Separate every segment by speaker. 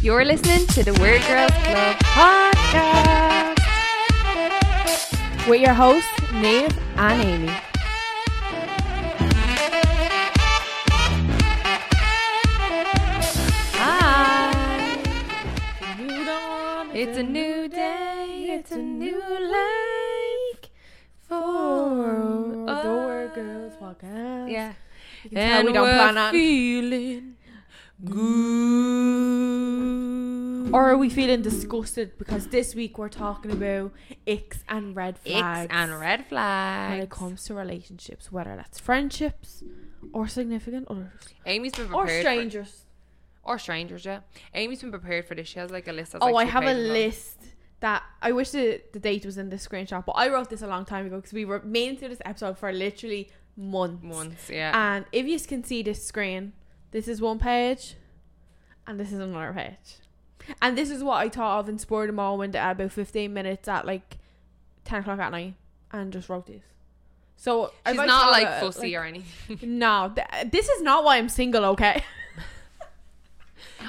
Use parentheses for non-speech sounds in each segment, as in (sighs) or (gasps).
Speaker 1: You're listening to the Weird Girls Club podcast with your hosts, Nave and Amy. Hi. It's a new day, it's a new life for
Speaker 2: the Weird
Speaker 1: us.
Speaker 2: Girls podcast.
Speaker 1: Yeah.
Speaker 2: You can tell we don't
Speaker 1: we're
Speaker 2: plan on.
Speaker 1: feeling good.
Speaker 2: Or are we feeling disgusted because this week we're talking about icks and red flags
Speaker 1: Icks and red flags.
Speaker 2: when it comes to relationships, whether that's friendships or significant others
Speaker 1: Amy's been
Speaker 2: or
Speaker 1: prepared. for-
Speaker 2: strangers.
Speaker 1: or strangers, yeah. Amy's been prepared for this. She has like a list. That's,
Speaker 2: Oh,
Speaker 1: like,
Speaker 2: I
Speaker 1: two
Speaker 2: have a
Speaker 1: pages long.
Speaker 2: list that I wish the, the date was in the screenshot, but I wrote this a long time ago because we were meaning to do this episode for literally months.
Speaker 1: Once, yeah.
Speaker 2: And if you can see this screen, this is one page, and this is another page. And this is what I thought of and spurred them all when they had about 15 minutes at like 10 o'clock at night and just wrote this. So if
Speaker 1: She's
Speaker 2: I
Speaker 1: not
Speaker 2: thought
Speaker 1: like
Speaker 2: of,
Speaker 1: fussy
Speaker 2: like,
Speaker 1: or anything.
Speaker 2: (laughs) No, th- this is not why I'm single, okay?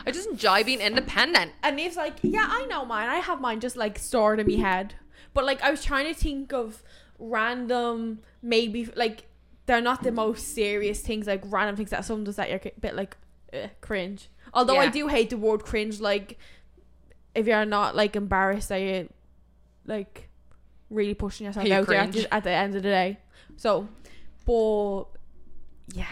Speaker 1: I just enjoy being independent.
Speaker 2: And Nave's like, yeah, I know mine. I have mine just like stored in my head. But like, I was trying to think of random, maybe like they're not the most serious things, like random things that someone does that you're a bit like eh, cringe. Although I
Speaker 1: Yeah.
Speaker 2: do hate the word cringe. Like, if you're not like embarrassed, that you like really pushing yourself
Speaker 1: You're
Speaker 2: out there at
Speaker 1: cringe.
Speaker 2: the, at the end of the day. So, but yeah,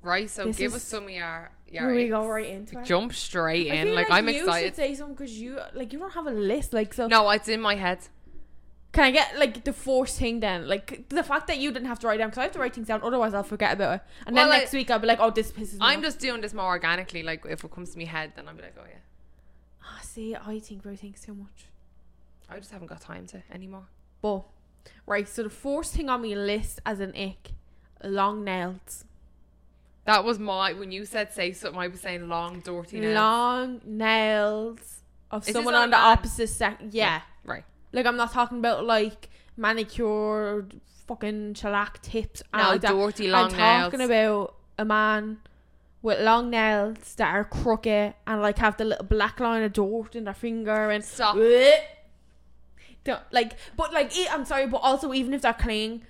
Speaker 1: Right, so
Speaker 2: This
Speaker 1: give
Speaker 2: is-
Speaker 1: us some of your,
Speaker 2: here
Speaker 1: your
Speaker 2: we
Speaker 1: icks.
Speaker 2: go right into it.
Speaker 1: Jump straight
Speaker 2: I
Speaker 1: in.
Speaker 2: feel
Speaker 1: Like, I'm
Speaker 2: you
Speaker 1: excited.
Speaker 2: should say something because you like you don't have a list like so.
Speaker 1: No, it's in my head.
Speaker 2: Can I get like the first thing then? Like the fact that you didn't have to write down because I have to write things down, otherwise I'll forget about it. And
Speaker 1: Well,
Speaker 2: then
Speaker 1: I-
Speaker 2: next week I'll be like, oh, this pisses me.
Speaker 1: I'm
Speaker 2: off.
Speaker 1: just doing this more organically. Like, if it comes to me head, then I'll be like, oh, yeah.
Speaker 2: Ah, see, I think about things too much.
Speaker 1: I just haven't got time to anymore.
Speaker 2: But right, so the first thing on my list as an ick, long nails,
Speaker 1: That was my when you said say something. I was saying long, dirty nails.
Speaker 2: long nails of
Speaker 1: this
Speaker 2: someone
Speaker 1: on
Speaker 2: on the
Speaker 1: a man?
Speaker 2: opposite sex. Yeah.
Speaker 1: right.
Speaker 2: like I'm not talking about like manicured, fucking shellac tips. and
Speaker 1: No,
Speaker 2: like that.
Speaker 1: dirty long
Speaker 2: I'm talking
Speaker 1: nails.
Speaker 2: about a man with long nails that are crooked and like have the little black line of dirt in their finger and
Speaker 1: Stop.
Speaker 2: Blech. (laughs) Don't, like, but like, e- I'm sorry, but also even if they're clean,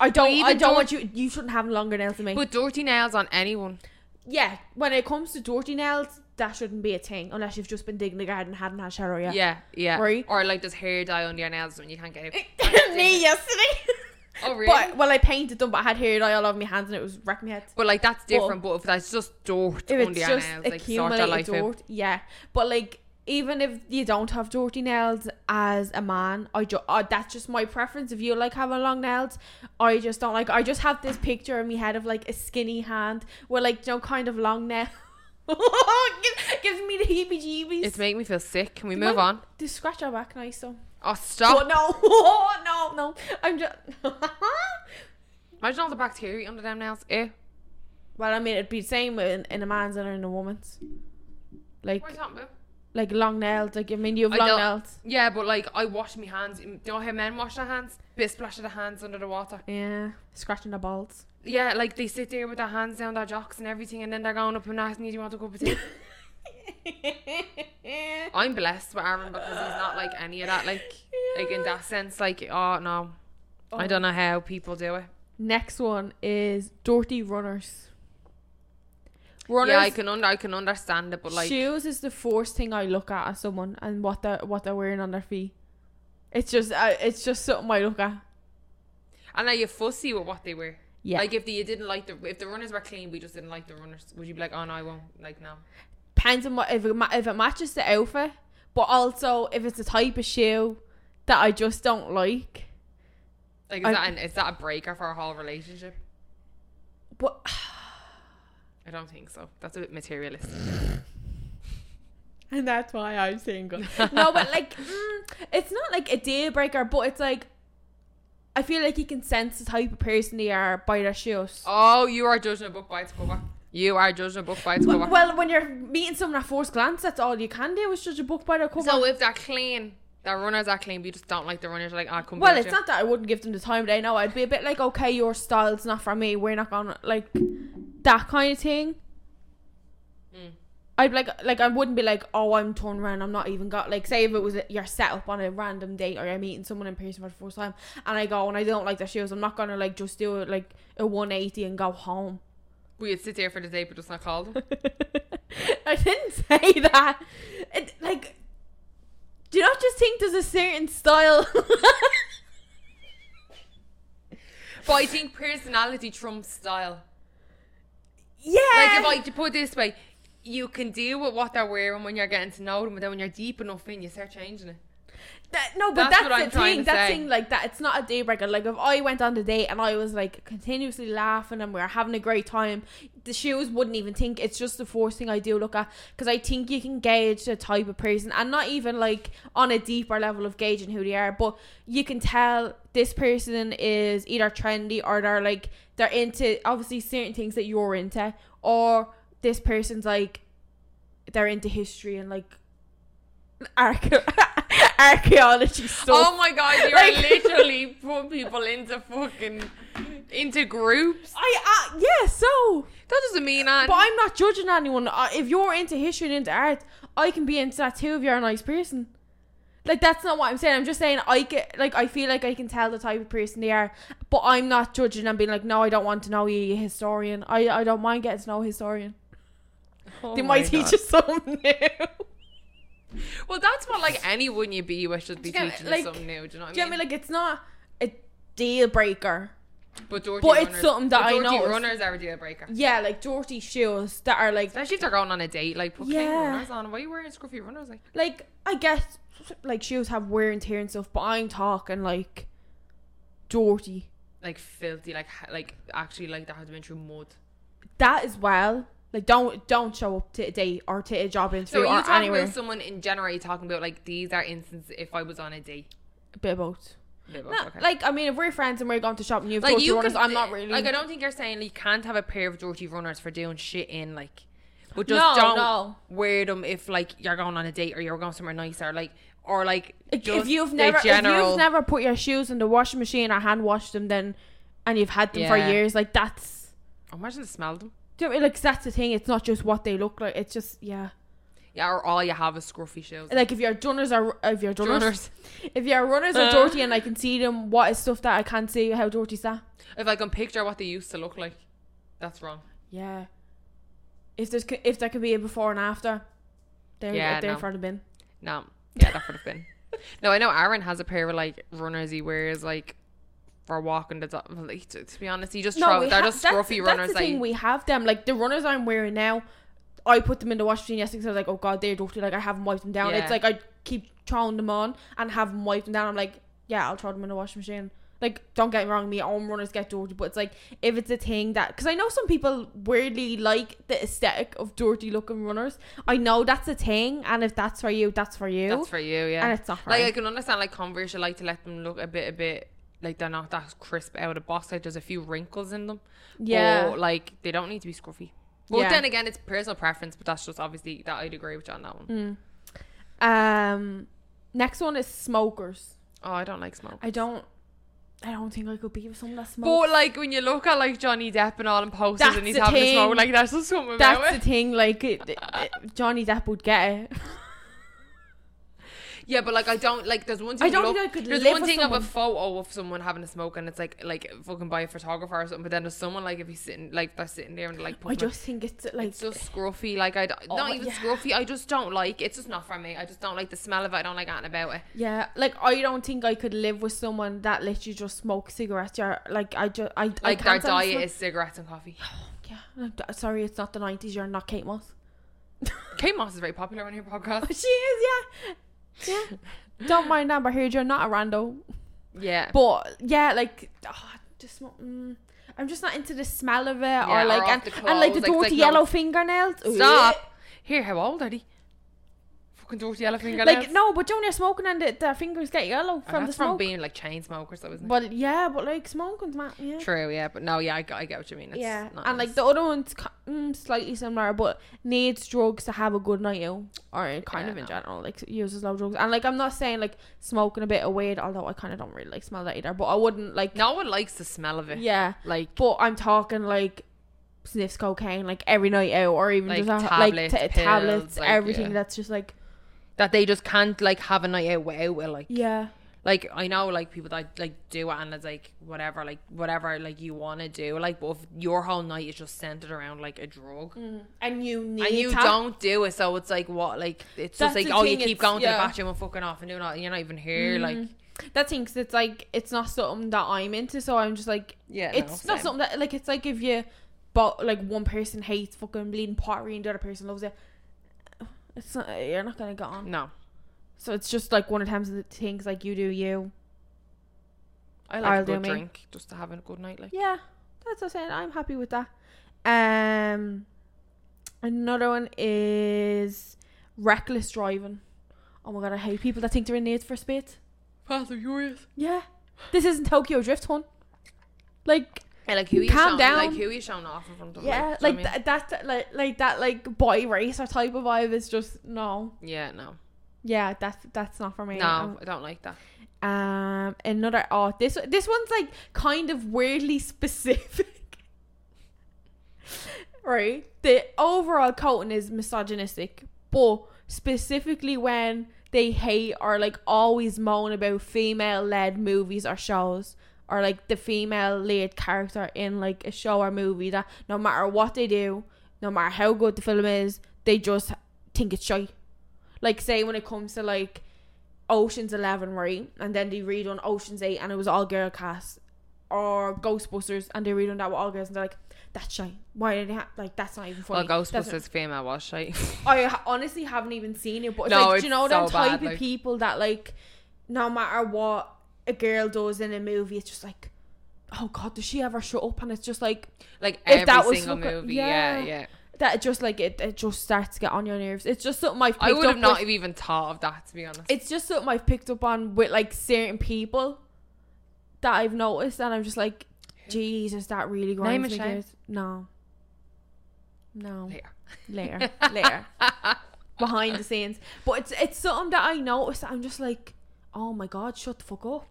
Speaker 2: I don't,
Speaker 1: even
Speaker 2: I don't
Speaker 1: dirt-
Speaker 2: want you. You shouldn't have longer nails than me.
Speaker 1: But dirty nails on anyone.
Speaker 2: yeah, when it comes to dirty nails, that shouldn't be a thing unless you've just been digging the garden and hadn't had shower yet.
Speaker 1: Yeah, yeah.
Speaker 2: Right?
Speaker 1: Or like there's hair dye under your nails when you can't get it.
Speaker 2: (laughs) me yesterday.
Speaker 1: oh really?
Speaker 2: But
Speaker 1: But,
Speaker 2: well, I painted them, but I had hair dye all over my hands, and it was wrecking my head.
Speaker 1: like that's different. But, if that's just dirt
Speaker 2: If
Speaker 1: under your
Speaker 2: it's just
Speaker 1: nails, like sort your
Speaker 2: accumulated
Speaker 1: life out.
Speaker 2: dirt, yeah. But like, even if you don't have dirty nails as a man, I just uh, that's just my preference. If you like having long nails, I just don't like. I just have this picture in my head of like a skinny hand with like no kind of long (laughs) nail. Gives- gives me the heebie-jeebies.
Speaker 1: It's making me feel sick. Can we
Speaker 2: They
Speaker 1: move
Speaker 2: might-
Speaker 1: on?
Speaker 2: They scratch our back nice, so.
Speaker 1: Oh
Speaker 2: Oh
Speaker 1: stop!
Speaker 2: no, (laughs) no, no! I'm just.
Speaker 1: Imagine all the bacteria under them nails. Eh?
Speaker 2: (laughs) Well, I mean, it'd be the same in, in a man's and in a woman's. Like,
Speaker 1: Where's that move?
Speaker 2: like long nails. Like, I mean, you have
Speaker 1: I
Speaker 2: long
Speaker 1: don't-
Speaker 2: nails.
Speaker 1: Yeah, but like I wash my hands. You know how men wash their hands? Bit splash of the hands under the water.
Speaker 2: Yeah, scratching the balls.
Speaker 1: Yeah, like they sit there with their hands down their jocks and everything, and then they're going up and asking you, "Do you want a cup of
Speaker 2: (laughs)
Speaker 1: tea?" I'm blessed with Aaron because he's Eh. not like any of that. Like, like in that sense, like oh no,
Speaker 2: Oh.
Speaker 1: I don't know how people do it.
Speaker 2: Next one is dirty runners. Runners.
Speaker 1: yeah, I can under, I can understand it, but like
Speaker 2: shoes is the first thing I look at as someone and what they what they're wearing on their feet. It's just uh, it's just something I look at.
Speaker 1: And are you fussy with what they wear?
Speaker 2: Yeah.
Speaker 1: Like if the, you didn't like the if the runners were clean, we just didn't like the runners. Would you be like, oh no, I won't. Like no.
Speaker 2: depends on what if it, ma- if it matches the outfit, but also if it's a type of shoe that I just don't like.
Speaker 1: Like is
Speaker 2: I-
Speaker 1: that an, is that a breaker for a whole relationship?
Speaker 2: But
Speaker 1: I don't think so. That's a bit
Speaker 2: (laughs)
Speaker 1: materialistic.
Speaker 2: and that's why I'm single. no, but like mm, it's not like a deal breaker, but it's like I feel like you can sense the type of person they are by their shoes.
Speaker 1: Oh, you are judging a book by its cover. You are judging a book by its cover.
Speaker 2: Well, well, when you're meeting someone at first glance, that's all you can do is judge a book by their cover.
Speaker 1: so if they're clean, their runners are clean, but you just don't like the runners. You're like, oh, come
Speaker 2: well,
Speaker 1: back
Speaker 2: it's
Speaker 1: to
Speaker 2: not that I wouldn't give them the time they know. I'd be a bit like, okay, your style's not for me. We're not gonna like that kind of thing.
Speaker 1: Mm.
Speaker 2: I'd be like like I wouldn't be like oh I'm torn around I'm not even got like say if it was your setup on a random date or I'm meeting someone in person for the first time and I go and I don't like their shoes I'm not gonna like just do it like a 180 and go home. (laughs)
Speaker 1: We'd sit there for the day, but just not call them.
Speaker 2: I didn't (laughs) say that. It, like, do you not just think there's a certain style? (laughs)
Speaker 1: but I think personality trumps style.
Speaker 2: yeah.
Speaker 1: Like if I to put it this way, you can deal with what they're wearing when you're getting to know them, but then when you're deep enough in, you start changing it.
Speaker 2: That- no, but
Speaker 1: That's
Speaker 2: that's,
Speaker 1: what I'm
Speaker 2: the
Speaker 1: trying to
Speaker 2: thing. That
Speaker 1: say.
Speaker 2: thing like that. It's not a day breaker. Like if I went on the date and I was like continuously laughing and we are having a great time, the shoes wouldn't even think. It's just the first thing I do look at because I think you can gauge the type of person and not even like on a deeper level of gauging who they are, but you can tell this person is either trendy or they're like they're into obviously certain things that you're into or this person's like they're into history and like arche- (laughs) archaeology stuff.
Speaker 1: oh my god,
Speaker 2: (laughs)
Speaker 1: you're
Speaker 2: Like-
Speaker 1: literally put people into fucking into groups.
Speaker 2: I uh, yeah, so
Speaker 1: That doesn't mean I.
Speaker 2: but I'm not judging anyone. Uh, if you're into history and into art, I can be into that too. If you're a nice person, like that's not what I'm saying. I'm just saying I get like I feel like I can tell the type of person they are, but I'm not judging and being like, no, I don't want to know you, you historian. I I don't mind getting to know a historian.
Speaker 1: Oh
Speaker 2: they
Speaker 1: my
Speaker 2: might teach
Speaker 1: God.
Speaker 2: us (laughs) something new.
Speaker 1: Well, that's what like anyone you be with should be
Speaker 2: Do you get me?
Speaker 1: teaching
Speaker 2: Like,
Speaker 1: us something new. Do you know what I mean?
Speaker 2: Do you know what I mean? Like it's not a deal breaker.
Speaker 1: but dirty
Speaker 2: but it's
Speaker 1: runners,
Speaker 2: something that
Speaker 1: but
Speaker 2: I
Speaker 1: dirty
Speaker 2: noticed.
Speaker 1: runners are a deal breaker.
Speaker 2: Yeah, like dirty shoes that are like
Speaker 1: Especially if they're going on a date, like put clean
Speaker 2: Yeah.
Speaker 1: runners on. Why are you wearing scruffy runners? Like,
Speaker 2: like I guess like shoes have wear and tear and stuff, but I'm talking like dirty.
Speaker 1: like filthy, like ha- like actually like that has been through mud.
Speaker 2: That as well. Like don't don't show up to a date or to a job
Speaker 1: So
Speaker 2: interview
Speaker 1: are you
Speaker 2: or
Speaker 1: talking
Speaker 2: anywhere.
Speaker 1: about someone in general? Are you talking about like these are instances if I was on a date?
Speaker 2: A bit of both.
Speaker 1: Bit of-
Speaker 2: Not-
Speaker 1: okay.
Speaker 2: Like I mean, if we're friends and we're going to shop and you've
Speaker 1: like
Speaker 2: like
Speaker 1: you
Speaker 2: runners,
Speaker 1: can,
Speaker 2: I'm not really.
Speaker 1: like I don't think you're saying you can't have a pair of dirty runners for doing shit in like, but just
Speaker 2: No,
Speaker 1: don't
Speaker 2: no.
Speaker 1: wear them if like you're going on a date or you're going somewhere nicer, like or like
Speaker 2: Like, if
Speaker 1: just
Speaker 2: you've
Speaker 1: the
Speaker 2: never if
Speaker 1: general-
Speaker 2: you've never put your shoes in the washing machine or hand washed them, then and you've had them for
Speaker 1: Yeah.
Speaker 2: years, like that's.
Speaker 1: imagine the smell of them.
Speaker 2: Do you know what I mean? Like that's the thing. It's not just what they look like. It's just yeah.
Speaker 1: Yeah, or all you have is scruffy shoes.
Speaker 2: Like if your runners are if your runners
Speaker 1: Runners.
Speaker 2: If your runners
Speaker 1: Uh.
Speaker 2: are dirty and I can see them, what is stuff that I can't see? How dirty is that?
Speaker 1: If I can picture what they used to look like, that's wrong.
Speaker 2: Yeah. If there's c- if there could be a before and after, they're
Speaker 1: Yeah,
Speaker 2: they're
Speaker 1: no.
Speaker 2: for the bin.
Speaker 1: No, yeah, that would have
Speaker 2: (laughs)
Speaker 1: been. No, I know Aaron has a pair of like runners he wears like for walking the dog. Like, to, to be honest, he just throw,
Speaker 2: we
Speaker 1: they're
Speaker 2: ha-
Speaker 1: just
Speaker 2: that's-
Speaker 1: scruffy
Speaker 2: That's
Speaker 1: runners.
Speaker 2: the
Speaker 1: like,
Speaker 2: thing. We have them. Like the runners I'm wearing now, I put them in the washing machine yesterday. 'cause I was like, oh god, they're dirty. Like I haven't wiped them down.
Speaker 1: Yeah.
Speaker 2: It's like I keep throwing them on and haven't wiped them down. I'm like, yeah, I'll throw them in the washing machine. Like, don't get me wrong, me own runners get dirty, but it's like if it's a thing that because I know some people weirdly like the aesthetic of dirty looking runners. I know that's a thing, and if that's for you, that's for you.
Speaker 1: that's for you, yeah.
Speaker 2: And it's not for
Speaker 1: like
Speaker 2: me.
Speaker 1: I can understand like Converse. You like to let them look a bit, a bit like they're not that crisp out of the box. Like there's a few wrinkles in them.
Speaker 2: Yeah.
Speaker 1: But, like they don't need to be scruffy. But
Speaker 2: Yeah.
Speaker 1: then again, it's personal preference. But that's just obviously that I'd agree with you on that
Speaker 2: Mm.
Speaker 1: one.
Speaker 2: Um, next one is smokers.
Speaker 1: Oh, I don't like smoke.
Speaker 2: I don't, I don't think I could be with someone that smokes.
Speaker 1: But like when you look at like Johnny Depp and all and posters
Speaker 2: That's
Speaker 1: and he's
Speaker 2: the
Speaker 1: having
Speaker 2: thing.
Speaker 1: a smoke, like that's just something about
Speaker 2: That's
Speaker 1: it.
Speaker 2: the thing. Like it, it- it- Johnny Depp would get it.
Speaker 1: Yeah, but like I don't like. There's one thing.
Speaker 2: I don't
Speaker 1: you
Speaker 2: think
Speaker 1: look-
Speaker 2: I could
Speaker 1: There's
Speaker 2: live
Speaker 1: one
Speaker 2: with
Speaker 1: thing
Speaker 2: someone.
Speaker 1: of a photo of someone having a smoke, and it's like like fucking by a photographer or something. But then there's someone like if he's sitting like they're sitting there and like
Speaker 2: (laughs) I
Speaker 1: puffing
Speaker 2: just think it's like
Speaker 1: it's just scruffy. Like I don't,
Speaker 2: Oh,
Speaker 1: not even
Speaker 2: yeah.
Speaker 1: scruffy. I just don't like. It's just not for me. I just don't like the smell of it. I don't like anything about it.
Speaker 2: yeah, like I don't think I could live with someone that literally just smokes cigarettes. You're, like I just I I
Speaker 1: Like their
Speaker 2: can't stand the
Speaker 1: diet
Speaker 2: smell.
Speaker 1: is cigarettes and coffee.
Speaker 2: (laughs) Yeah, I'm d- sorry, it's not the nineties. You're not Kate Moss.
Speaker 1: Kate Moss is very popular on your podcast.
Speaker 2: (laughs) she is, yeah, yeah. (laughs) don't mind Amber Heard. You're not a rando.
Speaker 1: Yeah,
Speaker 2: But yeah, like oh, just not- mm, I'm just not into the smell of it
Speaker 1: Yeah,
Speaker 2: or
Speaker 1: or
Speaker 2: like
Speaker 1: off
Speaker 2: and,
Speaker 1: the
Speaker 2: and like the
Speaker 1: clothes, like, it's
Speaker 2: dirty
Speaker 1: like, no,
Speaker 2: yellow fingernails. Ugh.
Speaker 1: stop. Here, how old are they? Fucking dirty elephant.
Speaker 2: Like no, but Junior smoking and the, their fingers get yellow from the
Speaker 1: that's
Speaker 2: smoke.
Speaker 1: from being like chain smokers, though, isn't it?
Speaker 2: but yeah, but like smoking's mad. Yeah.
Speaker 1: True, yeah, but no, yeah, I, I get what you mean. It's
Speaker 2: yeah,
Speaker 1: not
Speaker 2: and
Speaker 1: nice.
Speaker 2: like the other one's ki- mm, slightly similar, but needs drugs to have a good night out, or kind
Speaker 1: Yeah,
Speaker 2: of in
Speaker 1: no.
Speaker 2: general, like uses low drugs. And like I'm not saying like smoking a bit of weed, although I kind of don't really like smell that either. But I wouldn't like,
Speaker 1: No one likes the smell of it.
Speaker 2: yeah,
Speaker 1: Like
Speaker 2: But I'm talking like sniffs cocaine like every night out, or even
Speaker 1: Like
Speaker 2: just a,
Speaker 1: tablets,
Speaker 2: like t- tablets,
Speaker 1: pills, like,
Speaker 2: everything
Speaker 1: yeah.
Speaker 2: that's just like
Speaker 1: that they just can't like have a night out without it. Like,
Speaker 2: yeah,
Speaker 1: like I know like people that like do it and it's like whatever, like whatever like you want to do. Like, but if your whole night is just centered around like a drug.
Speaker 2: Mm, and you need
Speaker 1: And you
Speaker 2: to-
Speaker 1: don't do it, so it's like what, like it's
Speaker 2: That's
Speaker 1: just like
Speaker 2: the
Speaker 1: oh, you
Speaker 2: thing,
Speaker 1: keep
Speaker 2: it's-
Speaker 1: going to the
Speaker 2: yeah. Mm-hmm.
Speaker 1: bathroom and fucking off and doing all, you're not even here, like
Speaker 2: That thing, 'cause it's like it's not something that I'm into, so I'm just like
Speaker 1: yeah,
Speaker 2: it's
Speaker 1: no,
Speaker 2: not
Speaker 1: same.
Speaker 2: something that like it's like if you but like one person hates fucking bleeding pottery and the other person loves it. It's not you're not gonna get on.
Speaker 1: No,
Speaker 2: So it's just like one of the times the things like you do you.
Speaker 1: I like
Speaker 2: I'll
Speaker 1: a
Speaker 2: do
Speaker 1: good
Speaker 2: me.
Speaker 1: drink just to have a good night. Like,
Speaker 2: Yeah, that's what I'm saying. I'm happy with that. Um, another one is reckless driving. Oh my god, I hate people that think they're in need for speed.
Speaker 1: Fast and Furious.
Speaker 2: Yeah, this isn't Tokyo Drift one. Like
Speaker 1: Yeah, like who you
Speaker 2: Calm
Speaker 1: showing,
Speaker 2: down.
Speaker 1: like who you showing off in front of.
Speaker 2: yeah,
Speaker 1: do you know
Speaker 2: like
Speaker 1: what I mean?
Speaker 2: that, that like like that like boy racer type of vibe is just no.
Speaker 1: Yeah, no,
Speaker 2: Yeah, that's that's not for me.
Speaker 1: no, I don't like that.
Speaker 2: Um, another oh this this one's like kind of weirdly (laughs) specific. (laughs) right, the overall coating is misogynistic, but specifically when they hate or like always moan about female-led movies or shows. Or like the female lead character in like a show or movie that no matter what they do, no matter how good the film is, they just think it's shite. Like say when it comes to like Ocean's Eleven, right? And then they read on Ocean's Eight, and it was all girl cast, or Ghostbusters, and they read on that with all girls, and they're like, "That's shy. Why did they ha- like? That's not even funny."
Speaker 1: Well,
Speaker 2: That's
Speaker 1: Ghostbusters female was (laughs) shite.
Speaker 2: not- I ha- honestly haven't even seen it, but it's
Speaker 1: No,
Speaker 2: like,
Speaker 1: it's
Speaker 2: do you know
Speaker 1: so
Speaker 2: that type
Speaker 1: bad,
Speaker 2: of
Speaker 1: like-
Speaker 2: people that like, no matter what a girl does in a movie, it's just like, oh god, does she ever shut up? And it's just like
Speaker 1: like
Speaker 2: If
Speaker 1: every
Speaker 2: that was
Speaker 1: single
Speaker 2: fucking-
Speaker 1: movie. Yeah,
Speaker 2: yeah.
Speaker 1: yeah.
Speaker 2: that. It just like it, it just starts to get on your nerves. It's just something I've picked
Speaker 1: I would have
Speaker 2: up
Speaker 1: not
Speaker 2: with-
Speaker 1: have even thought of that to be honest.
Speaker 2: it's just something I've picked up on with like certain people that I've noticed, and I'm just like, Jesus, that really
Speaker 1: Name
Speaker 2: grinds
Speaker 1: and
Speaker 2: me.
Speaker 1: shame.
Speaker 2: gears." No, no,
Speaker 1: Later.
Speaker 2: later,
Speaker 1: (laughs)
Speaker 2: later, behind the scenes. But it's it's something that I noticed. That I'm just like, oh my god, shut the fuck up.